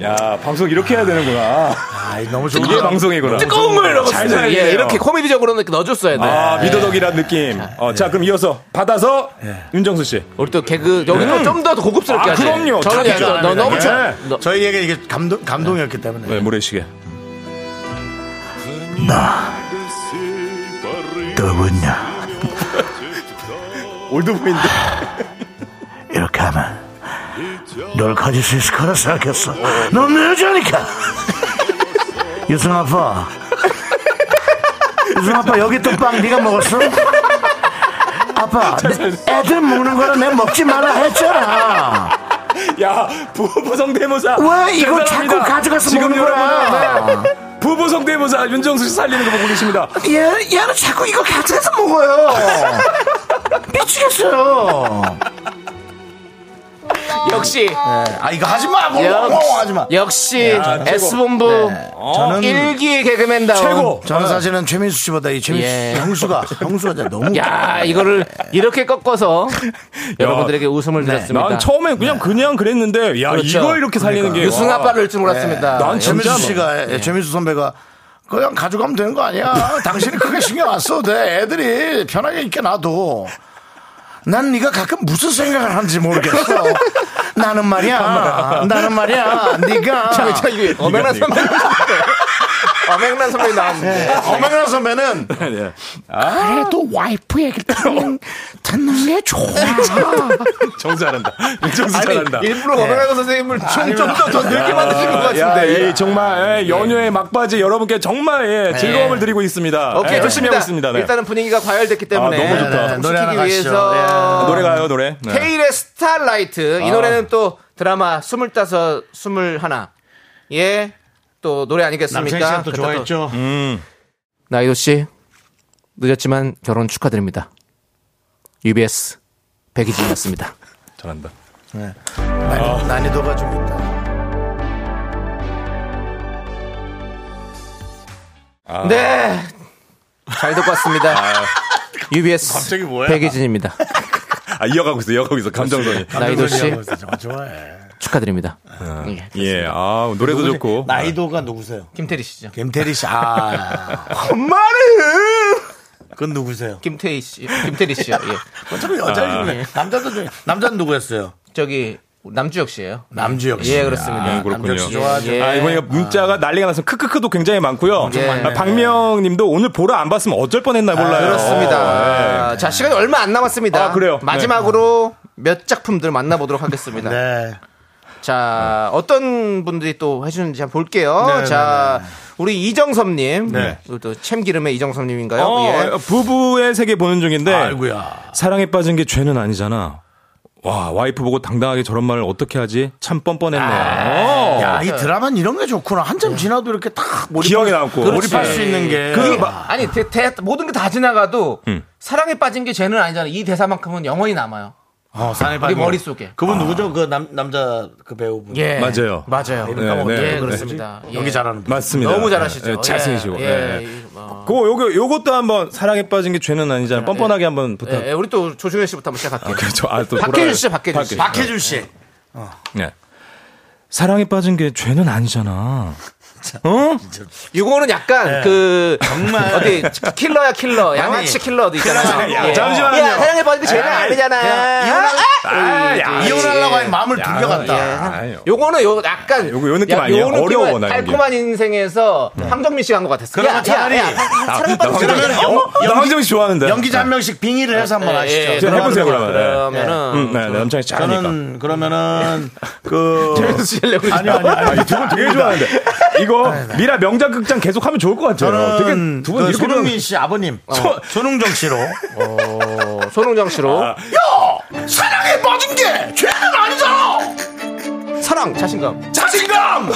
I: 야, 방송 이렇게 해야 되는구나.
A: 아, 이거 너무 좋은
I: 이게 방송이구나.
B: 뜨거운 물
I: 잘
B: 넣었어요.
I: 살리네요.
B: 예, 이렇게 코미디적으로는 이렇게 넣어줬어야 돼. 네.
I: 아, 미더덕이란 느낌. 어, 자, 그럼 이어서 받아서 윤정수 씨.
B: 우리 또 개그 여기 는 좀 더 고급스럽게
I: 아,
B: 네. 하지.
I: 그럼요.
B: 저는
I: 당연히
B: 약간 너,
I: 합니다.
B: 너무
I: 네.
B: 좋.
A: 너- 저희에게 이게 감동 감동이었기 때문에.
I: 네, 모래시계.
A: 누구냐?
I: 올드보인데.
A: 이렇게 하면 널 가질 수 있을 거라 생각했어. 넌 내 여자니까. 유승 아빠. 유승 아빠 여기 또 빵 네가 먹었어? 아빠 내 애들 먹는 거라 내가 먹지 말라 했잖아.
I: 야, 부부 성대모사.
A: 왜 이걸
I: 죄송합니다.
A: 자꾸 가져가서
I: 지금
A: 먹는 거야?
I: 여러분은, 네, 부부 성대모사 윤정수 씨 살리는 거 보고 계십니다.
A: 얘 얘는 자꾸 이거 가져가서 먹어요. 미치겠어요.
B: 역시
A: 아 이거 하지 마. 뭐,
B: 야.
A: 뭐, 뭐, 하지 마.
B: 역시
I: 야, 최고.
B: S 본부
A: 저는
B: 일기 개그맨다운.
I: 네. 어, 최고.
A: 저는 사실은 최민수 씨보다 이 최민수
B: 예.
A: 씨 형수가 형수가 진짜 너무
B: 야 이거를 이렇게 꺾어서 여러분들에게 웃음을 드렸습니다.
I: 네.
B: 네.
I: 난 처음엔 그냥 그냥 그랬는데, 야,
B: 그렇죠.
I: 이걸 이렇게 살리는
A: 그러니까.
I: 게.
B: 유승
I: 와.
B: 아빠를 줄 몰랐습니다.
I: 난 진짜
A: 최민수
I: 뭐.
A: 씨가 예, 최민수 선배가 그냥 가져가면 되는 거 아니야. 당신이 크게 신경 안 써도 돼. 애들이 편하게 있게 놔둬. 난 네가 가끔 무슨 생각을 하는지 모르겠어. 나는 말이야. 나는 말이야. 네가
B: 자, 이게 어맹란
I: 뭐. 네가,
B: 선배.
I: 네.
B: 어맹란 선배 나왔는데.
A: 어맹란 선배는
B: 아, 네.
I: 예.
A: 그래도 와이프 얘기를 듣는, 듣는 게 좋아.
I: 정수 잘한다. 윤정수 잘한다. 네. 아,
J: 일부러 어명한 선생님을 좀좀더더 늙게 만드신 것 같은데.
I: 야, 이
B: 아,
I: 정말 예, 연휴의 막바지 여러분께 정말 예, 즐거움을 드리고 있습니다.
B: 네. 오케이
I: 예, 열심히
B: 좋습니다.
I: 하고 있습니다. 네.
B: 일단은 분위기가 과열됐기 때문에
I: 아, 너무 좋다.
B: 네,
A: 노래 하나
B: 시키기
A: 가시죠.
B: 위해서
A: 예.
I: 노래가요 노래. 네.
B: 케일의 스타라이트 이
I: 아.
B: 노래는 또 드라마 스물다섯 스물하나 예또
A: 남창희
B: 노래 아니겠습니까?
A: 씨는 또
B: 그때 또 음.
A: 좋아했죠.
I: 음,
B: 나이도 씨 늦었지만 결혼 축하드립니다. UBS 백이진이었습니다.
I: 잘한다.
A: 난이- 난이도가 좀 있다.
I: 아.
B: 네. 잘 듣고 왔습니다. UBS 백이진입니다.
I: 아 이어가고 있어 이어가고 있어 감정선이.
B: 나이도 씨
A: 뭐 정말 좋아해.
B: 축하드립니다. 예.
I: 예, 아 노래도 좋고.
A: 나이도가 누구세요?
B: 김태리 씨죠.
A: 김태리 씨. 아.
B: 엄마는
A: 그건 누구세요?
B: 김태희 씨, 김태리 씨요. 예.
A: 어차피 여자
I: 아.
A: 이름이네. 남자도 좀 남자는 누구였어요?
B: 저기 남주혁 씨예요.
A: 남주혁 씨.
B: 예, 그렇습니다.
I: 아, 그렇군요.
B: 남주혁 씨 좋아하죠. 어,
I: 아, 이번에 문자가 난리가 나서 크크크도 굉장히 많고요.
B: 예.
I: 아, 박미영 님도 오늘 보라 안 봤으면 어쩔 뻔했나 몰라요.
B: 아, 그렇습니다. 자, 시간이 얼마 안 남았습니다.
I: 네. 아, 그래요? 네.
B: 마지막으로 몇 작품들 만나보도록 하겠습니다.
A: 네.
B: 자, 어떤 분들이 또 해주는지 한번 볼게요.
I: 네,
B: 자, 우리 이정섭님.
I: 네.
B: 또 참기름의 이정섭님인가요?
I: 어,
B: 예.
I: 부부의 세계 보는 중인데
A: 아이고야.
I: 사랑에 빠진 게 죄는 아니잖아. 와 와이프 보고 당당하게 저런 말을 어떻게 하지? 참 뻔뻔했네요. 어.
A: 야,
B: 네.
A: 이 드라마는 이런 게 좋구나. 한참 지나도 이렇게 딱 몰입,
I: 기억이 남고.
A: 몰입할
I: 그렇지.
A: 수 있는 게.
B: 그, 아니, 대, 대- 모든 게 다 지나가도
I: 예. 음.
B: 사랑에 빠진 게 죄는 아니잖아. 이 대사만큼은 영원히 남아요.
A: 어, 산에
B: 우리 머릿속에. 아.
A: 그분 누구죠? 그 남, 남자 그 배우분.
B: 예.
I: 맞아요.
B: 맞아요.
I: 이름 까먹었네.
B: 예, 그렇습니다. 예.
A: 연기 잘하는 분.
I: 맞습니다.
B: 너무 잘하시죠.
I: 예, 잘생기시고.
B: 예,
I: 예.
B: 예, 어.
I: 그 요거 요것도 한번 사랑에 빠진 게 죄는 아니잖아. 뻔뻔하게 한번 부탁.
B: 예, 예, 우리 또 조중현 씨부터 한번 시작할게요.
I: 그렇죠. 아, 또
B: 박해준
I: 돌아가요.
B: 씨, 박해준 씨.
A: 박해준 씨.
I: 예. 사랑에 빠진 게 죄는 아니잖아. 어?
B: 이거는 약간 그 정말 어디 킬러야 킬러, 양아치 킬러도 있잖아요.
I: 그러나, 야,
B: 예.
I: 잠시만요.
B: 야, 사랑해 봐도 죄는
I: 아,
B: 아니잖아.
A: 이혼하-
B: 아,
I: 아,
B: 아,
I: 야,
B: 예,
A: 이혼하려고
B: 예.
A: 하니 마음을 둥겨갔다.
I: 아유.
B: 요거는 요 약간
I: 요거 요 느낌 아니에요?
B: 느낌은
I: 어려워, 나 여기.
B: 달콤한 인생에서 황정민 씨가 한 것 같았어.
A: 그러면
B: 야,
A: 차라리-
B: 야, 야, 사-
I: 나,
B: 사랑에
I: 나
B: 빠진
I: 황정민
B: 죄는
I: 영- 나 황정민 씨 좋아하는데.
A: 연기자 한 명씩 빙의를 해서 한번 아시죠.
B: 예,
I: 제가 해보세요, 그러면.
B: 그러면은
I: 음, 네, 네, 남창이 잘하니까.
A: 저는 그러면은 그
B: 쓰려고
A: 아니요 아니요 아니요
I: 두분 되게 좋아하는데. 이거 미라 명작극장 계속 하면 좋을 것 같아요.
A: 저는
I: 어,
A: 그
I: 되게
A: 두
I: 두분
A: 분
I: 이렇게
A: 손흥민 씨 아버님 어, 손- 손흥정 씨로
B: 손흥정 씨로
G: 사랑에 빠진 게 죄는 아니잖아
B: 사랑 자신감
G: 자신감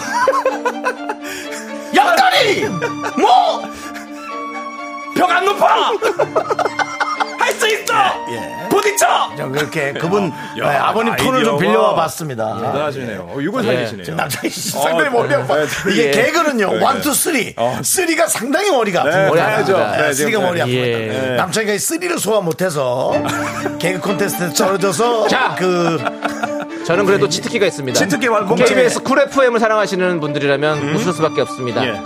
G: 양다리 뭐
I: 벽안 높아! 할 수 있어! 예. 부딪혀!
A: 좀 그렇게 그분 네,
I: 야,
A: 아버님 톤을 좀
I: 아이디어가-
A: 빌려와 봤습니다.
I: 대단하시네요. 어, 이건 살리시네요.
A: 남자이 씨 상당히 머리 아파.
I: 네,
A: 이게
I: 예.
A: 개그는요. 원, 투, 쓰리. 쓰리가 상당히 머리가 아픈
I: 네,
A: 거예요.
I: 가야죠.
A: 네, 쓰리가
I: 네, 지금
A: 머리 아픈
B: 예.
A: 거예요. 남자이가 쓰리를 소화 못해서 개그 콘테스트에 떨어져서 그
B: 저는 그래도 치트키가 있습니다.
A: 치트키 말고
B: KBS 쿨 FM을 사랑하시는 분들이라면 웃을 수밖에 없습니다.
I: 예.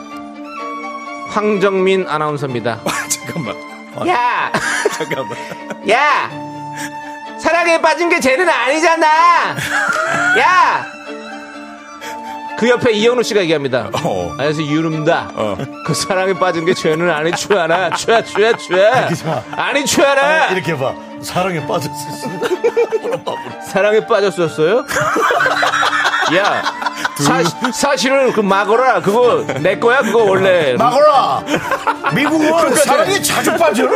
B: 황정민 아나운서입니다.
I: 잠깐만. 아,
B: 야,
I: 잠깐만.
B: 야, 사랑에 빠진 게 죄는 아니잖아. 야, 그 옆에 이현우 씨가 얘기합니다.
I: 어.
B: 안녕하세요 이현우입니다.
I: 어.
B: 그 사랑에 빠진 게 죄는 아니 줄 알아. 죄야 죄야 죄.
A: 마.
B: 아니 줄 알아.
A: 어, 이렇게 봐. 사랑에 빠졌어.
B: 사랑에 빠졌었어요? 야, 사, 사실은 그 막어라 그거 내 거야 그거 원래.
A: 막어라. 미국은 사랑에 자주 빠져요.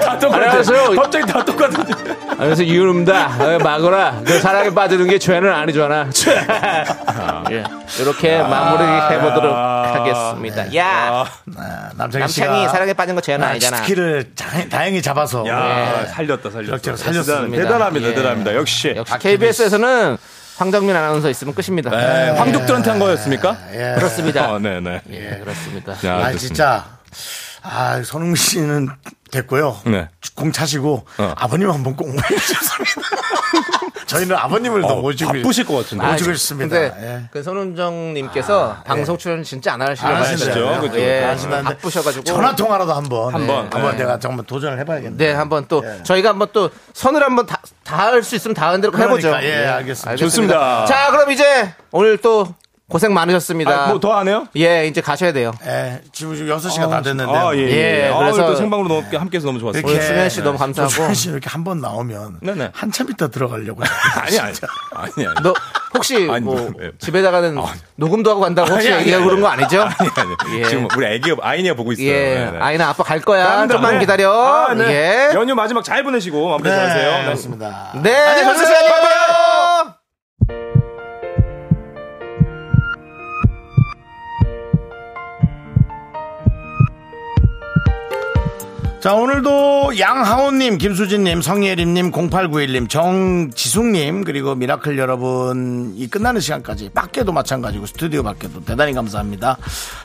I: 다 똑같아.
B: 안녕하세요.
I: 갑자기 다 똑같은데.
B: 그래서 이유입니다. 막어라. 그 사랑에 빠지는 게 죄는 아니잖아. 예, 이렇게 마무리 해보도록 하겠습니다. 야,
A: 남창희 씨가
I: 아,
B: 남창이 사랑에 빠진 거 죄는 아니잖아.
A: 치트키를 자- 다행히 잡아서 네.
I: 야,
B: 예.
I: 살렸다, 살렸다. 네,
A: 이렇게 살렸습니다.
I: 대단합니다,
B: 예.
I: 대단합니다. 역시.
B: 역시 KBS에서는 황정민 아나운서 있으면 끝입니다.
I: 예, 황족들한테 한 거였습니까?
A: 예.
B: 그렇습니다.
I: 어, 네네. 네,
B: 예, 그렇습니다.
I: 야,
A: 아,
I: 좋습니다.
A: 진짜. 아, 손흥민 씨는 됐고요.
I: 네.
A: 공 차시고
I: 어.
A: 아버님 한 번 꼭 모셔주셨습니다. 저희는 아버님을 더
I: 어,
A: 모시고
I: 바쁘실 것 같은데.
A: 모시고 있습니다.
B: 아, 근데
A: 예.
B: 그
I: 아,
B: 손은정님께서 방송 출연 진짜 안 하시려고
A: 안 하시죠.
B: 하시잖아요.
I: 네. 그죠.
B: 예,
A: 안 하시는데
B: 바쁘셔가지고
A: 전화 통화라도 한번
I: 한번.
A: 예, 한번
I: 네.
A: 내가 정말 도전을 해봐야겠네.
B: 네, 한번 또
A: 예.
B: 저희가 한번 또 선을 한번 다 닿을 수 있으면 닿은 대로 해보죠.
A: 그러니까, 예, 알겠습니다.
I: 좋습니다.
B: 자, 그럼 이제 오늘 또 고생 많으셨습니다.
I: 아, 뭐더 하네요?
B: 예, 이제 가셔야 돼요.
A: 예, 지금 6시가 다 됐는데.
I: 아, 예. 예.
B: 예,
I: 아,
B: 그래서-
I: 또 생방으로 너무 함께해서 너무 좋았어요.
B: 오늘 수현 씨 너무
A: 조준
B: 감사하고.
A: 예, 씨 이렇게 한 번 나오면
I: 네네.
A: 한참 있다 들어가려고.
I: 아니, 아니. 아니, 아니.
B: 너 혹시
I: 아니,
B: 뭐
I: 네.
B: 집에다 가는 녹음도 하고 간다고 혹시
I: 아니, 아니,
B: 얘기하고
I: 아니.
B: 그런 거 아니죠?
I: 아니, 아니.
B: 예.
I: 지금 우리 애기 아이니가 보고 있어요.
B: 예,
I: 네, 네.
B: 아이나 아빠 갈 거야.
I: 감사합니다.
B: 조금만
I: 네.
B: 기다려.
I: 아, 네.
B: 예.
I: 연휴 마지막 잘 보내시고 마무리 잘하세요. 네.
A: 그렇습니다.
B: 네, 안녕히 계세요. 네. 바이바이.
A: 자, 오늘도 양하온님, 김수진님, 성예림님, 0891님, 정지숙님, 그리고 미라클 여러분, 이 끝나는 시간까지, 밖에도 마찬가지고, 스튜디오 밖에도 대단히 감사합니다.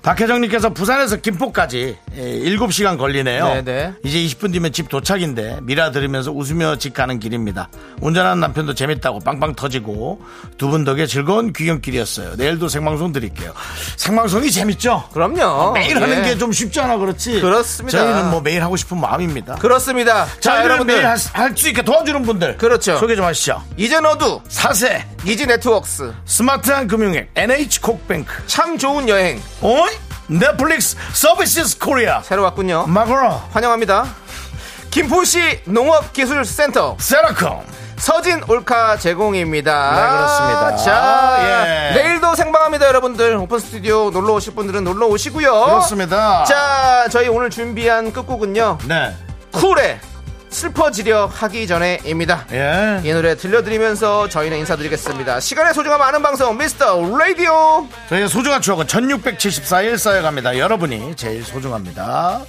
A: 박혜정님께서 부산에서 김포까지 예, 7시간 걸리네요.
B: 네네.
A: 이제 20분 뒤면 집 도착인데, 미라 들으면서 웃으며 집 가는 길입니다. 운전하는 남편도 재밌다고 빵빵 터지고, 두 분 덕에 즐거운 귀경길이었어요. 내일도 생방송 드릴게요. 생방송이 재밌죠?
B: 그럼요.
A: 매일
B: 예.
A: 하는 게 좀 쉽지 않아 그렇지.
B: 그렇습니다.
A: 저희는 뭐 매일 하고 싶은 마음입니다.
B: 그렇습니다.
A: 자,
B: 자,
A: 여러분들
B: 여러분들.
A: 할수 있게 도와주는 분들.
B: 그렇죠.
A: 소개 좀 하시죠.
B: 이제 너도
A: 사세
B: 이지 네트웍스
A: 스마트한 금융앱 NH콕뱅크
B: 참 좋은 여행
A: 오이 넷플릭스 서비스 코리아
B: 새로 왔군요.
A: 마그로
B: 환영합니다. 김포시 농업기술센터
A: 세라콤
B: 서진 올카 제공입니다.
L: 네, 그렇습니다.
B: 자,
A: 예.
B: 내일도 생방합니다, 여러분들. 오픈 스튜디오 놀러 오실 분들은 놀러 오시고요.
A: 그렇습니다.
B: 어? 자, 저희 오늘 준비한 끝곡은요.
A: 네.
B: 쿨의 슬퍼지려 하기 전에입니다.
A: 예.
B: 이 노래 들려드리면서 저희는 인사드리겠습니다. 시간의 소중함 아는 방송 미스터 라디오.
A: 저희의 소중한 추억은 1674일 쌓여갑니다. 여러분이 제일 소중합니다.